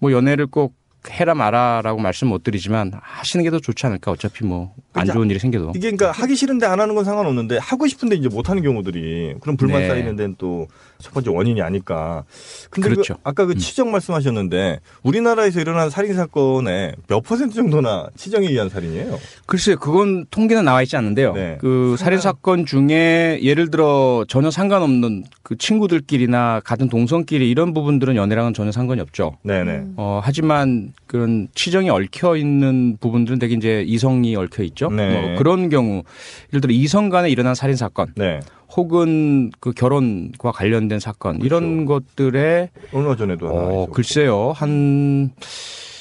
S10: 뭐 연애를 꼭 해라 마라라고 말씀 못 드리지만 하시는 게 더 좋지 않을까 어차피 뭐 안
S4: 그러니까
S10: 좋은 일이 생겨도
S4: 이게 그러니까 하기 싫은데 안 하는 건 상관없는데 하고 싶은데 이제 못 하는 경우들이 그런 불만
S10: 네.
S4: 쌓이는 데는 또 첫 번째 원인이 아닐까. 근데
S10: 그렇죠.
S4: 그 아까 그 치정 말씀하셨는데 우리나라에서 일어난 살인 사건의 몇 퍼센트 정도나 치정에 의한 살인이에요?
S10: 글쎄 그건 통계는 나와 있지 않는데요.
S4: 네.
S10: 그 살인 사건 중에 예를 들어 전혀 상관없는 그 친구들끼리나 같은 동성끼리 이런 부분들은 연애랑은 전혀 상관이 없죠.
S4: 네네.
S10: 어 하지만 그런 치정이 얽혀 있는 부분들은 되게 이제 이성이 얽혀 있죠.
S4: 네.
S10: 뭐 그런 경우 예를 들어 이성 간에 일어난 살인 사건.
S4: 네.
S10: 혹은 그 결혼과 관련된 사건 이런 것들에
S4: 얼마 전에도
S10: 어, 글쎄요 한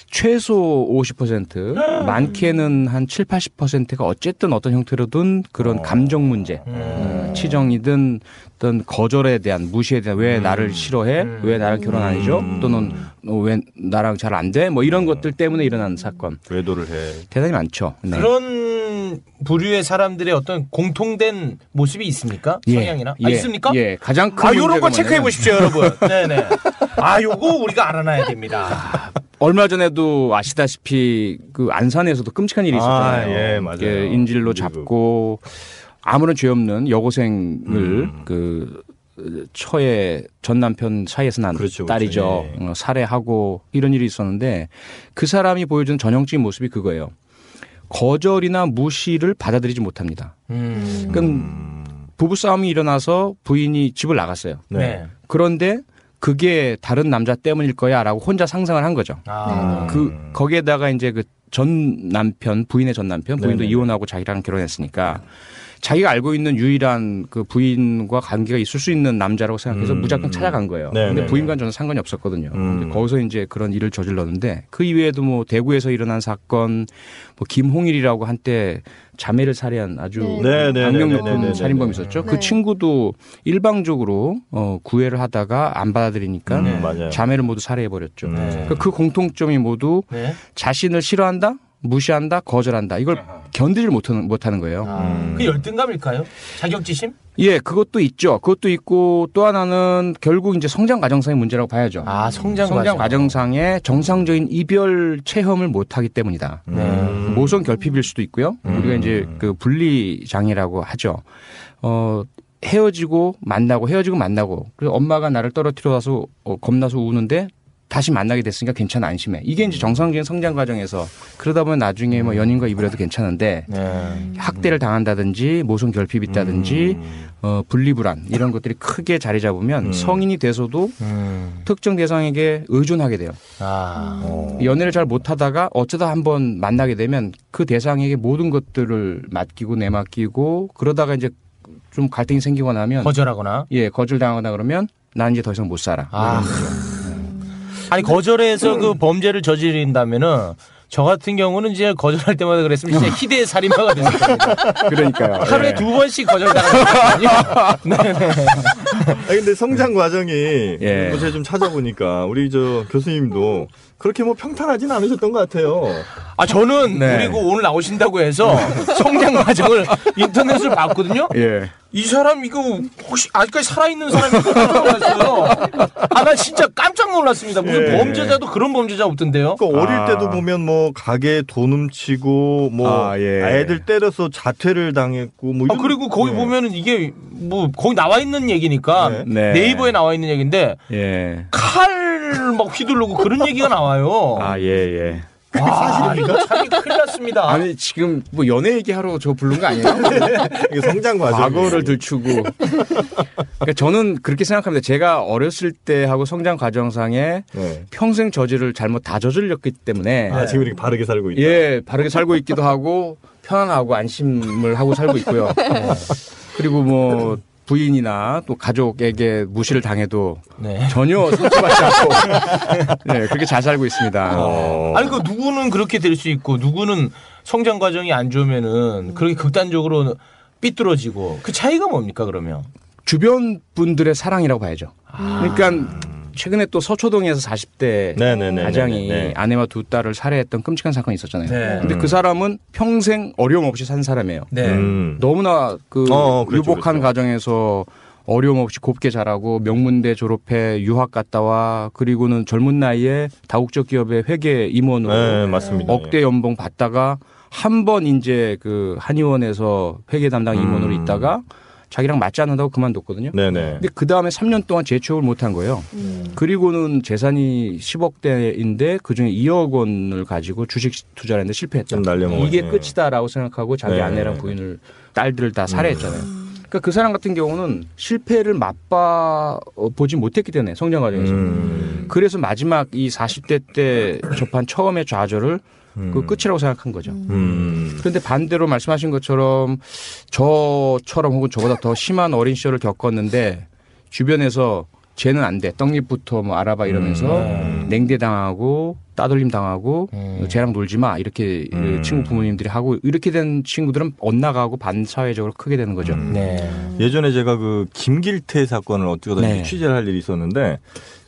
S10: 최소 50% 많게는 한 7, 80%가 어쨌든 어떤 형태로든 그런 감정 문제,
S4: 음.
S7: 음.
S10: 어, 치정이든 어떤 거절에 대한 무시에 대한
S7: 음.
S10: 왜 나를 싫어해? 왜 나랑 결혼 안 해줘? 또는 어, 왜 나랑 잘 안 돼? 뭐 이런
S7: 음.
S10: 것들 때문에 일어난 사건.
S4: 외도를 해.
S10: 대단히 많죠. 네.
S7: 그런 부류의 사람들의 어떤 공통된 모습이 있습니까?
S10: 예,
S7: 성향이나 아,
S10: 예,
S7: 있습니까?
S10: 예, 가장 큰
S7: 아 요런
S10: 문제가
S7: 거 체크해
S10: 뭐냐면-
S7: 보십시오, 여러분. 네네. 아 요거 우리가 알아놔야 됩니다.
S10: 얼마 전에도 아시다시피 그 안산에서도 끔찍한 일이
S7: 아,
S10: 있었잖아요.
S7: 예, 맞아요.
S10: 이게 인질로 잡고 아무런 죄 없는 여고생을
S7: 음.
S10: 그 처의 전 남편 사이에서 난
S7: 그렇죠,
S10: 딸이죠.
S7: 예.
S10: 어, 살해하고 이런 일이 있었는데 그 사람이 보여준 전형적인 모습이 그거예요. 거절이나 무시를 받아들이지 못합니다.
S7: 음.
S10: 그러니까 부부 싸움이 일어나서 부인이 집을 나갔어요.
S7: 네.
S10: 그런데 그게 다른 남자 때문일 거야라고 혼자 상상을 한 거죠.
S4: 음,
S7: 아,
S10: 그 거기에다가 이제 그 전 남편 부인의 전 남편 부인도
S7: 네네네.
S10: 이혼하고 자기랑 결혼했으니까 자기가 알고 있는 유일한 그 부인과 관계가 있을 수 있는 남자라고 생각해서
S7: 음.
S10: 무작정 찾아간 거예요. 근데
S7: 네네네.
S10: 부인과는 전혀 상관이 없었거든요.
S4: 음.
S10: 근데 거기서 이제 그런 일을 저질렀는데 그 이외에도 뭐 대구에서 일어난 사건 뭐 김홍일이라고 한때 자매를 살해한 아주
S4: 네. 네네네네네네네.
S10: 악명 높은 살인범이 있었죠.
S4: 네.
S10: 그 친구도 일방적으로 어, 구애를 하다가 안 받아들이니까
S4: 음, 맞아요. 네.
S10: 자매를 모두 살해해 버렸죠. 그러니까 그 공통점이 모두
S7: 네.
S10: 자신을 싫어한다,
S7: 음.
S10: 무시한다, 거절한다. 이걸 견디질 못하는, 못하는 거예요.
S7: 그 열등감일까요? 아, 자격지심?
S10: 예, 그것도 있죠. 그것도 있고 또 하나는 결국 이제 성장 과정상의 문제라고 봐야죠. 아, 성장
S7: 과정.
S10: 과정상의 정상적인 이별 체험을 못 하기 때문이다.
S7: 음.
S10: 그 모성 결핍일 수도 있고요. 우리가 이제 그 분리 장애라고 하죠. 어 헤어지고 만나고 헤어지고 만나고 그래서 엄마가 나를 떨어뜨려서 어, 겁나서 우는데 다시 만나게 됐으니까 괜찮아 안심해 이게 이제 정상적인 성장 과정에서 그러다 보면 나중에 뭐 연인과 이별해도 괜찮은데
S7: 음. 네.
S10: 학대를 당한다든지 모성 결핍이 있다든지 어, 분리불안 이런 것들이 크게 자리 잡으면 성인이 돼서도 특정 대상에게 의존하게 돼요
S7: 아. 어.
S10: 연애를 잘 못하다가 어쩌다 한번 만나게 되면 그 대상에게 모든 것들을 맡기고 내맡기고 그러다가 이제 좀 갈등이 생기거나 하면
S7: 거절하거나?
S10: 예 거절당하거나 그러면 난 이제 더 이상 못 살아
S7: 아. 음.
S10: 이런 거죠.
S7: 아니 거절해서 그 범죄를 저지른다면은 저 같은 경우는 이제 거절할 때마다 그랬으면 진짜 희대의 살인마가 됐을 겁니다.
S10: 아, 그러니까요.
S7: 하루에
S4: 예.
S7: 두 번씩 거절당하거든요.
S4: 아 근데 성장 과정이 뭐 제가 좀 찾아보니까 우리 저 교수님도 그렇게 뭐 평탄하진 않으셨던 것 같아요.
S7: 아 저는 그리고 오늘 나오신다고 해서 성장 과정을 인터넷을 봤거든요.
S10: 예.
S7: 이 사람 이거 혹시 아직까지 살아있는 사람이 있어요? 아나 진짜 깜짝 놀랐습니다. 무슨
S4: 예.
S7: 범죄자도 그런 범죄자 없던데요?
S4: 그러니까 어릴 때도 보면 뭐 가게 돈 훔치고 뭐
S7: 아, 예.
S4: 애들 때려서 자퇴를 당했고 뭐
S7: 아,
S4: 이런-
S7: 그리고 거기 보면은 이게 뭐 거기 나와 있는 얘기니까
S10: 네.
S7: 네. 이버에 나와 있는 얘기인데
S10: 예.
S7: 칼 막 휘두르고 그런 얘기가 나와요.
S10: 아, 예, 예.
S7: 아, 이거 참 큰일 났습니다.
S10: 아니, 지금 뭐 연애 얘기하러 저 부른 거 아니에요?
S4: 이게 성장 과정.
S10: 과거를 들추고. 그러니까 저는 그렇게 생각합니다. 제가 어렸을 때하고 성장 과정상에 평생 저지를 잘못 다 저질렀기 때문에.
S4: 예. 아, 지금 이렇게 바르게 살고 있다.
S10: 예, 바르게 살고 있기도 하고, 편안하고 안심을 하고 살고 있고요. 네. 그리고 뭐, 부인이나 또 가족에게 무시를 당해도
S7: 네.
S10: 전혀 상처받지 않고 네, 그렇게 잘 살고 있습니다.
S4: 어.
S7: 아니 그 누구는 그렇게 될 수 있고 누구는 성장 과정이 안 좋으면은 그렇게 극단적으로 삐뚤어지고 그 차이가 뭡니까 그러면?
S10: 주변 분들의 사랑이라고 봐야죠. 그러니까 최근에 또 서초동에서 40대
S4: 네네네네네.
S10: 가장이
S4: 네.
S10: 아내와 두 딸을 살해했던 끔찍한 사건이 있었잖아요.
S4: 네.
S10: 근데
S4: 음.
S10: 그 사람은 평생 어려움 없이 산 사람이에요.
S4: 네. 음.
S10: 너무나 그
S4: 어, 어, 그렇죠,
S10: 유복한 가정에서 어려움 없이 곱게 자라고 명문대 졸업해 유학 갔다 와 그리고는 젊은 나이에 다국적 기업의 회계 임원으로
S4: 네, 맞습니다.
S10: 억대 연봉 받다가 한 번 이제 그 한의원에서 회계 담당 임원으로
S4: 음.
S10: 있다가 자기랑 맞지 않는다고 그만뒀거든요.
S4: 네네.
S10: 근데 그 다음에 3년 동안 재취업을 못 한 거예요. 그리고는 재산이 10억대인데 그 중에 2억 원을 가지고 주식 투자를 했는데 실패했다.
S4: 날려먹었네.
S10: 이게 끝이다라고 생각하고 자기
S4: 네. 음.
S10: 아내랑 부인을 딸들을 다 살해했잖아요. 그러니까 그 사람 같은 경우는 실패를 맛봐 어, 보지 못했기 때문에 성장 과정에서
S4: 음.
S10: 그래서 마지막 이 40대 때 접한 처음의 좌절을 그 끝이라고 생각한 거죠.
S4: 음.
S10: 그런데 반대로 말씀하신 것처럼 저처럼 혹은 저보다 더 심한 어린 시절을 겪었는데 주변에서 쟤는 안 돼. 떡잎부터 뭐 알아봐 이러면서 냉대당하고 따돌림 당하고 어, 쟤랑 놀지 마. 이렇게 그 친구 부모님들이 하고 이렇게 된 친구들은 엇나가고 반사회적으로 크게 되는 거죠.
S7: 네.
S4: 예전에 제가 그 김길태 사건을 어쩌다
S10: 네.
S4: 취재를 할 일이 있었는데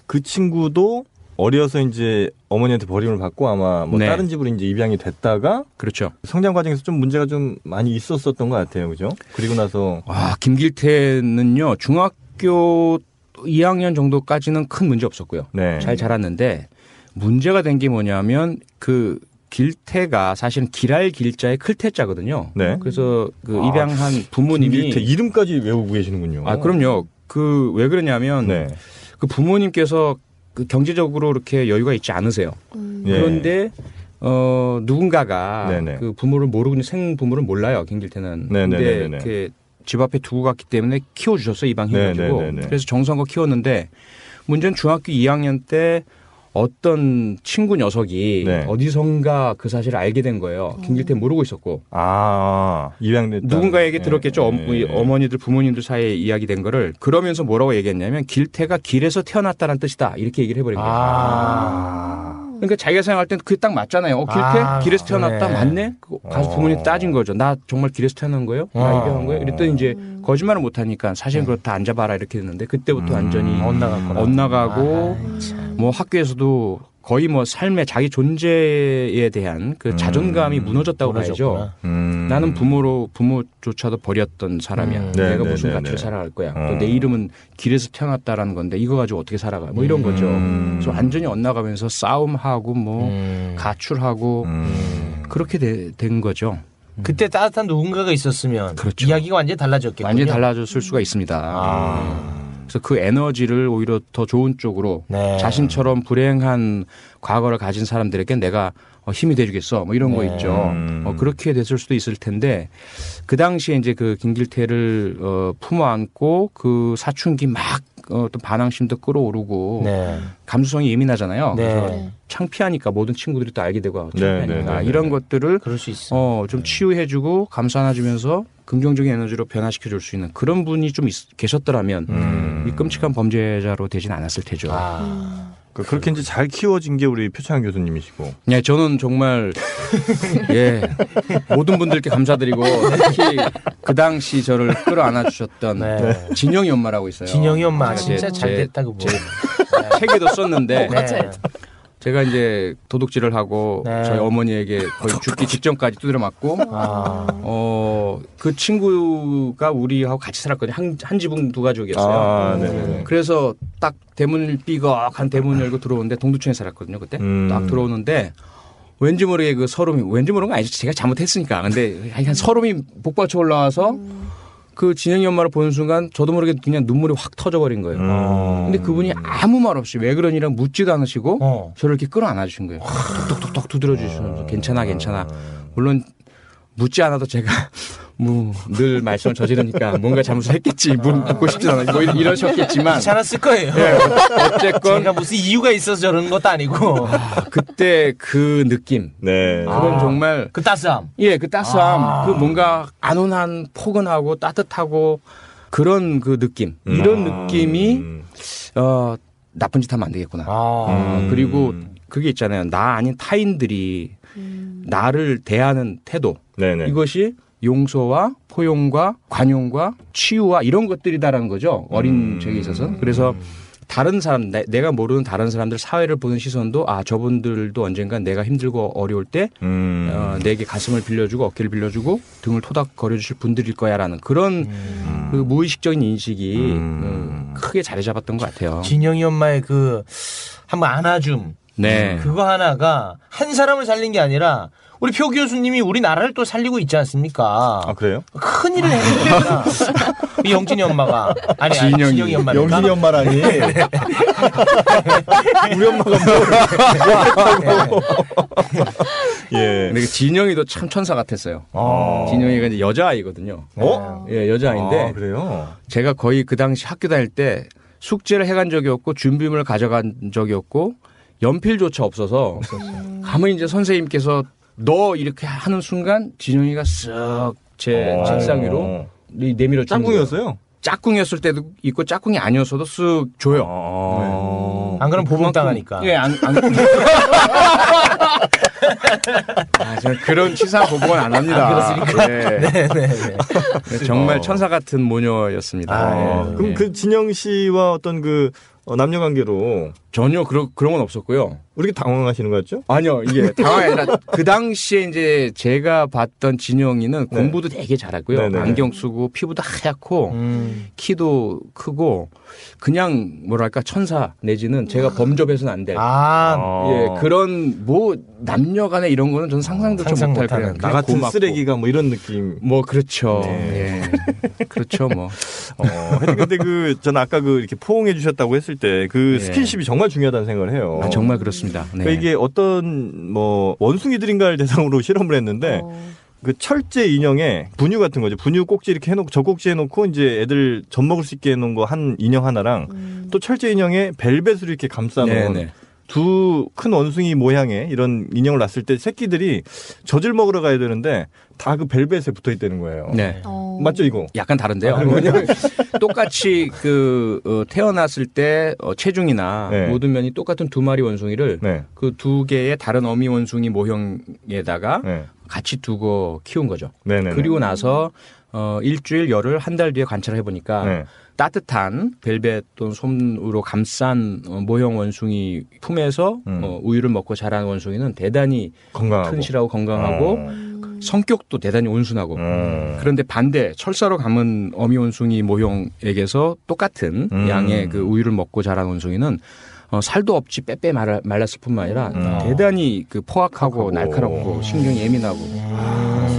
S4: 그 친구도 어려서 이제 어머니한테 버림을 받고 아마 뭐
S10: 네.
S4: 다른 집으로 이제 입양이 됐다가
S10: 그렇죠.
S4: 성장 과정에서 좀 문제가 좀 많이 있었었던 것 같아요. 그죠? 그리고 나서
S10: 와, 김길태는요, 중학교 2학년 정도까지는 큰 문제 없었고요.
S4: 네.
S10: 잘 자랐는데, 문제가 된 게 뭐냐면, 그, 길태가 사실은 길알 길자의 클태자거든요.
S4: 네.
S10: 그래서 그
S4: 아,
S10: 입양한 부모님이
S4: 김길태 이름까지 외우고 계시는군요.
S10: 아, 그럼요. 그 왜 그러냐면
S4: 네.
S10: 그 부모님께서 그 경제적으로 이렇게 여유가 있지 않으세요.
S4: 예.
S10: 그런데 어 누군가가
S4: 네네.
S10: 그 부모를 모르고 생 부모를 몰라요. 김길태는. 근데
S4: 네네네네네.
S10: 이렇게 집 앞에 두고 갔기 때문에 키워 주셨어 이방 해가지고.
S4: 네네네네.
S10: 그래서 정성껏 키웠는데 문제는 중학교 2학년 때 어떤 친구 녀석이
S4: 네.
S10: 어디선가 그 사실을 알게 된 거예요. 김길태 모르고 있었고.
S4: 아, 예. 입양됐다.
S10: 누군가에게 들었겠죠. 어머- 어머니들 부모님들 사이에 이야기된 거를 그러면서 뭐라고 얘기했냐면 길태가 길에서 태어났다는 뜻이다 이렇게 얘기를 해버린
S4: 아,
S10: 거예요. 그러니까 자기가 생각할 때는 그게 딱 맞잖아요. 어, 길태
S7: 아, 어.
S10: 길에서 태어났다
S7: 그래.
S10: 맞네. 그거 가서 부모님 따진 거죠. 나 정말 길에서 태어난 거예요? 나
S7: 어.
S10: 입양한 거예요? 이랬더니 이제 거짓말을 못하니까 사실 은 그렇다 앉아봐라 이렇게 됐는데 그때부터 완전히
S7: 네. 음, 엇나갔구나.
S10: 엇나가고
S7: 아,
S10: 뭐 학교에서도 거의 뭐 삶의 자기 존재에 대한 그 자존감이 무너졌다고 봐야죠.
S7: 음, 무너졌구나.
S10: 나는 부모로 부모조차도 버렸던 사람이야.
S7: 음.
S10: 내가
S7: 네,
S10: 무슨
S7: 네, 네.
S10: 가치로 살아갈 거야.
S7: 어.
S10: 또 내 이름은 길에서 태어났다라는 건데 이거 가지고 어떻게 살아가? 뭐
S7: 음.
S10: 이런 거죠. 그래서 완전히 엇나가면서 싸움하고 뭐
S7: 음.
S10: 가출하고 그렇게 되- 된 거죠.
S7: 그때 따뜻한 누군가가 있었으면 이야기가 완전히 달라졌겠군요.
S10: 그렇죠.
S7: 아.
S10: 완전히 달라졌을 수가 있습니다. 그래서 그 에너지를 오히려 더 좋은 쪽으로
S7: 네.
S10: 자신처럼 불행한 과거를 가진 사람들에게 내가 어, 힘이 돼주겠어 뭐 이런 거
S7: 네.
S10: 있죠. 어, 그렇게 됐을 수도 있을 텐데 그 당시에 이제 그 김길태를 어, 품어안고 그 사춘기 막 어떤 반항심도 끌어오르고
S7: 네.
S10: 감수성이 예민하잖아요.
S7: 네.
S10: 그래서 창피하니까 모든 친구들이 또 알게 되고 아,
S7: 네,
S10: 창피하니까
S7: 네, 네, 네.
S10: 이런 것들을 어, 좀 치유해주고 감수 하나 주면서 긍정적인 에너지로 변화시켜 줄 수 있는 그런 분이 좀 있- 계셨더라면
S7: 음.
S10: 이 끔찍한 범죄자로 되진 않았을 테죠.
S7: 아.
S4: 그- 그렇게 이제 잘 키워진 게 우리 표창 교수님이시고.
S10: 네, 저는 정말 예 모든 분들께 감사드리고 특히 그 당시 저를 끌어안아 주셨던
S7: 네.
S10: 진영이 엄마라고 있어요.
S7: 진영이 엄마
S10: 음. 제가
S7: 진짜
S10: 제-
S7: 잘
S10: 제
S7: 됐다고 뭐.
S10: 책에도 썼는데
S7: 네.
S10: 제가 이제 도둑질을 하고
S7: 네.
S10: 저희 어머니에게 거의 죽기 직전까지 두드려 맞고
S7: 아.
S10: 어, 그 친구가 우리하고 같이 살았거든요. 한, 한 지붕 두 가족이었어요.
S4: 아, 네네네.
S10: 그래서 딱 대문을 삐걱한 대문 열고 들어오는데 동두천에 살았거든요. 그때 딱 들어오는데 왠지 모르게 그 서름이 왠지 모르는 건 아니죠. 제가 잘못했으니까. 근데 약간 서름이 복받쳐 올라와서 그 진영이 엄마를 보는 순간 저도 모르게 그냥 눈물이 확 터져버린 거예요.
S4: 음.
S10: 근데 그분이 아무 말 없이 왜 그러니라 묻지도 않으시고 저를 이렇게 끌어안아 주신 거예요. 톡톡톡톡 두드려 주시면서 괜찮아 괜찮아. 물론 묻지 않아도 제가 뭐 늘 말씀을 저지르니까 뭔가 잘못을 했겠지 묻고 싶진 않아요. 뭐 이러- 이러셨겠지만
S7: 귀찮았을 거예요.
S10: 예, 어쨌건
S7: 제가 무슨 이유가 있어서 저런 것도 아니고
S10: 그때 그 느낌.
S4: 네.
S10: 그건
S7: 아.
S10: 정말
S7: 그 따스함.
S10: 예, 그 따스함,
S7: 아.
S10: 그 뭔가 안온한 포근하고 따뜻하고 그런 그 느낌, 이런 느낌이
S4: 음.
S10: 어, 나쁜 짓 하면 안 되겠구나.
S7: 아.
S10: 어, 그리고 그게 있잖아요. 나 아닌 타인들이 나를 대하는 태도.
S4: 네.
S10: 이것이 용서와 포용과 관용과 치유와 이런 것들이다라는 거죠. 어린
S4: 음.
S10: 저에게 있어서. 그래서 다른 사람 내, 내가 모르는 다른 사람들 사회를 보는 시선도 아 저분들도 언젠간 내가 힘들고 어려울 때
S4: 음.
S10: 어, 내게 가슴을 빌려주고 어깨를 빌려주고 등을 토닥거려 주실 분들일 거야라는 그런
S4: 음.
S10: 그 무의식적인 인식이 어, 크게 자리 잡았던 것 같아요.
S7: 진영이 엄마의 그 한번 안아줌.
S10: 네.
S7: 그거 하나가 한 사람을 살린 게 아니라 우리 표 교수님이 우리 나라를 또 살리고 있지 않습니까? 아
S4: 그래요?
S7: 큰 일을 했습니다. 우리 영진이 엄마가 아니 아니
S4: 진영이.
S7: 진영이 엄마
S4: 영진이 엄마라니.
S7: 우리 엄마가
S4: 뭐 예.
S10: 근데 그 진영이도 참 천사 같았어요. 진영이가 이제 여자아이거든요.
S4: 어?
S10: 예, 아. 여자아이인데.
S4: 아, 그래요?
S10: 제가 거의 그 당시 학교 다닐 때 숙제를 해간 적이 없고 준비물을 가져간 적이 없고 연필조차 없어서 가만히 이제 선생님께서 너 이렇게 하는 순간 진영이가 쓱 제
S7: 어.
S10: 책상 위로 이- 내밀어 주는 거예요.
S4: 짝꿍이었어요?
S10: 짝꿍이었을 때도 있고 짝꿍이 아니었어도 쓱 줘요. 네.
S7: 안 그러면 보복 당하니까.
S10: 예, 안, 안. 아, 저는 그런 치사 보복은 안 합니다.
S7: 아, 그렇습니까? 네, 네, 아,
S10: 네, 정말 천사 같은 모녀였습니다.
S4: 어,
S10: 예.
S4: 그럼 그 진영 씨와 어떤 그 어, 남녀 관계로
S10: 전혀 그런 그런 건 없었고요.
S4: 우리게 당황하시는 거였죠?
S10: 아니요, 이게 당황이 아니라 그 당시에 이제 제가 봤던 진영이는
S4: 네.
S10: 공부도 되게 잘하고요.
S4: 네, 네, 네.
S10: 안경 쓰고 피부도 하얗고
S7: 음.
S10: 키도 크고 그냥 뭐랄까 천사 내지는 제가 범접해서는 안 될.
S7: 아,
S4: 어.
S10: 예 그런 뭐 남녀간의 이런 거는 저는 상상도
S4: 상상
S10: 좀 못할
S4: 못하는.
S10: 거예요.
S4: 나 같은 쓰레기가 뭐 이런 느낌.
S10: 뭐 그렇죠.
S4: 네.
S10: 예. 그렇죠 뭐.
S4: 어, 하여튼 근데 그, 전 아까 그 이렇게 포옹해 주셨다고 했을 때 그
S10: 예.
S4: 스킨십이 정말 중요하다는 생각을 해요.
S10: 아, 정말 그렇습니다. 네.
S4: 그러니까 이게 어떤 뭐 원숭이들인가를 대상으로 실험을 했는데 그 철제 인형에 분유 같은 거죠. 분유 꼭지 이렇게 해놓고 젖꼭지 해놓고 이제 애들 젖 먹을 수 있게 해놓은 거 한 인형 하나랑 또 철제 인형에 벨벳으로 이렇게 감싸놓은
S10: 네, 네.
S4: 두 큰 원숭이 모양의 이런 인형을 놨을 때 새끼들이 젖을 먹으러 가야 되는데 다 그 벨벳에 붙어 있다는 거예요.
S10: 네.
S4: 맞죠 이거?
S10: 약간 다른데요.
S4: 아, 그런가요?
S10: 왜냐면 똑같이 그 어, 태어났을 때 어, 체중이나
S4: 네.
S10: 모든 면이 똑같은 두 마리 원숭이를 그 두 개의 다른 어미
S4: 네.
S10: 원숭이 모형에다가 같이 두고 키운 거죠.
S4: 네네네.
S10: 그리고 나서 어, 일주일, 열흘, 한 달 뒤에 관찰을 해보니까
S4: 네.
S10: 따뜻한 벨벳 또는 솜으로 감싼 어, 모형 원숭이 품에서
S4: 음.
S10: 어, 우유를 먹고 자란 원숭이는 대단히
S4: 건강하고. 어. 음.
S10: 튼실하고 건강하고 성격도 대단히 온순하고 그런데 반대 철사로 감은 어미 원숭이 모형에게서 똑같은
S4: 음.
S10: 양의 그 우유를 먹고 자란 원숭이는 어, 살도 없지 빼빼 말아- 말랐을 뿐만 아니라
S4: 음.
S10: 대단히 그 포악하고 날카롭고 신경이 예민하고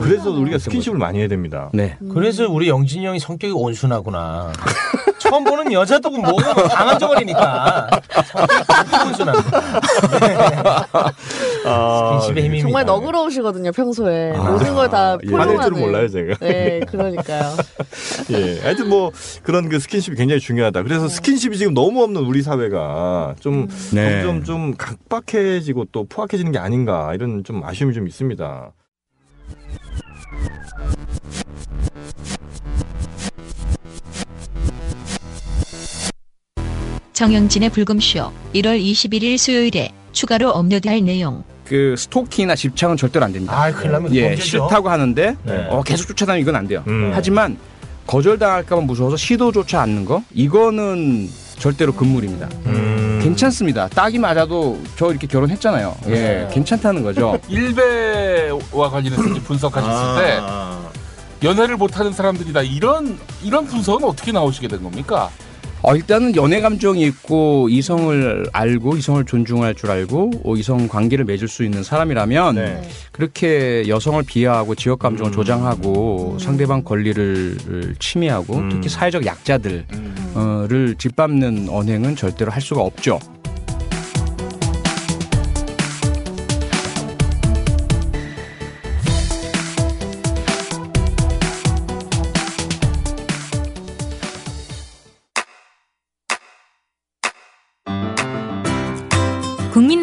S4: 그래서 우리가 스킨십을 많이 해야 됩니다.
S10: 네.
S7: 그래서 우리 영진이 형이 성격이 온순하구나. 처음 보는 여자도 뭐가 강한져버리니까
S4: 스킨십의 힘입니다.
S9: 정말 너그러우시거든요 평소에
S10: 아.
S9: 모든 걸 다
S4: 예.
S9: 포용하는.
S4: 많을 줄은 몰라요, 제가.
S9: 네, 그러니까요.
S4: 예. 하여튼 뭐 그런 그 스킨십이 굉장히 중요하다. 그래서 스킨십이 지금 너무 없는 우리 사회가 좀
S10: 네.
S4: 점점 좀 각박해지고 또 포악해지는 게 아닌가 이런 좀 아쉬움이 좀 있습니다.
S15: 정영진의 불금쇼 1월 21일 수요일에 추가로 업로드할 내용.
S10: 그 스토킹이나 집착은 절대로 안 됩니다. 아,
S7: 큰일 나면
S10: 예,
S7: 범죄죠.
S10: 싫다고 하는데
S7: 네. 음.
S10: 어, 계속 쫓아다니면 이건 안 돼요. 하지만 거절당할까봐 무서워서 시도조차 않는 거 이거는 절대로 금물입니다.
S7: 음.
S10: 괜찮습니다. 딱이 맞아도 저 이렇게 결혼했잖아요. 예,
S16: 네.
S10: 괜찮다는 거죠.
S16: 일배와 관련해서 이제 분석하셨을
S4: 아.
S16: 때 연애를 못하는 사람들이다 이런 이런 분석은 어떻게 나오시게 된 겁니까?
S10: 어, 일단은 연애 감정이 있고 이성을 알고 이성을 존중할 줄 알고 어, 이성 관계를 맺을 수 있는 사람이라면
S4: 네.
S7: 네.
S10: 그렇게 여성을 비하하고 지역 감정을 조장하고 상대방 권리를 침해하고 특히 사회적 약자들을 어, 짓밟는 언행은 절대로 할 수가 없죠.
S2: 국민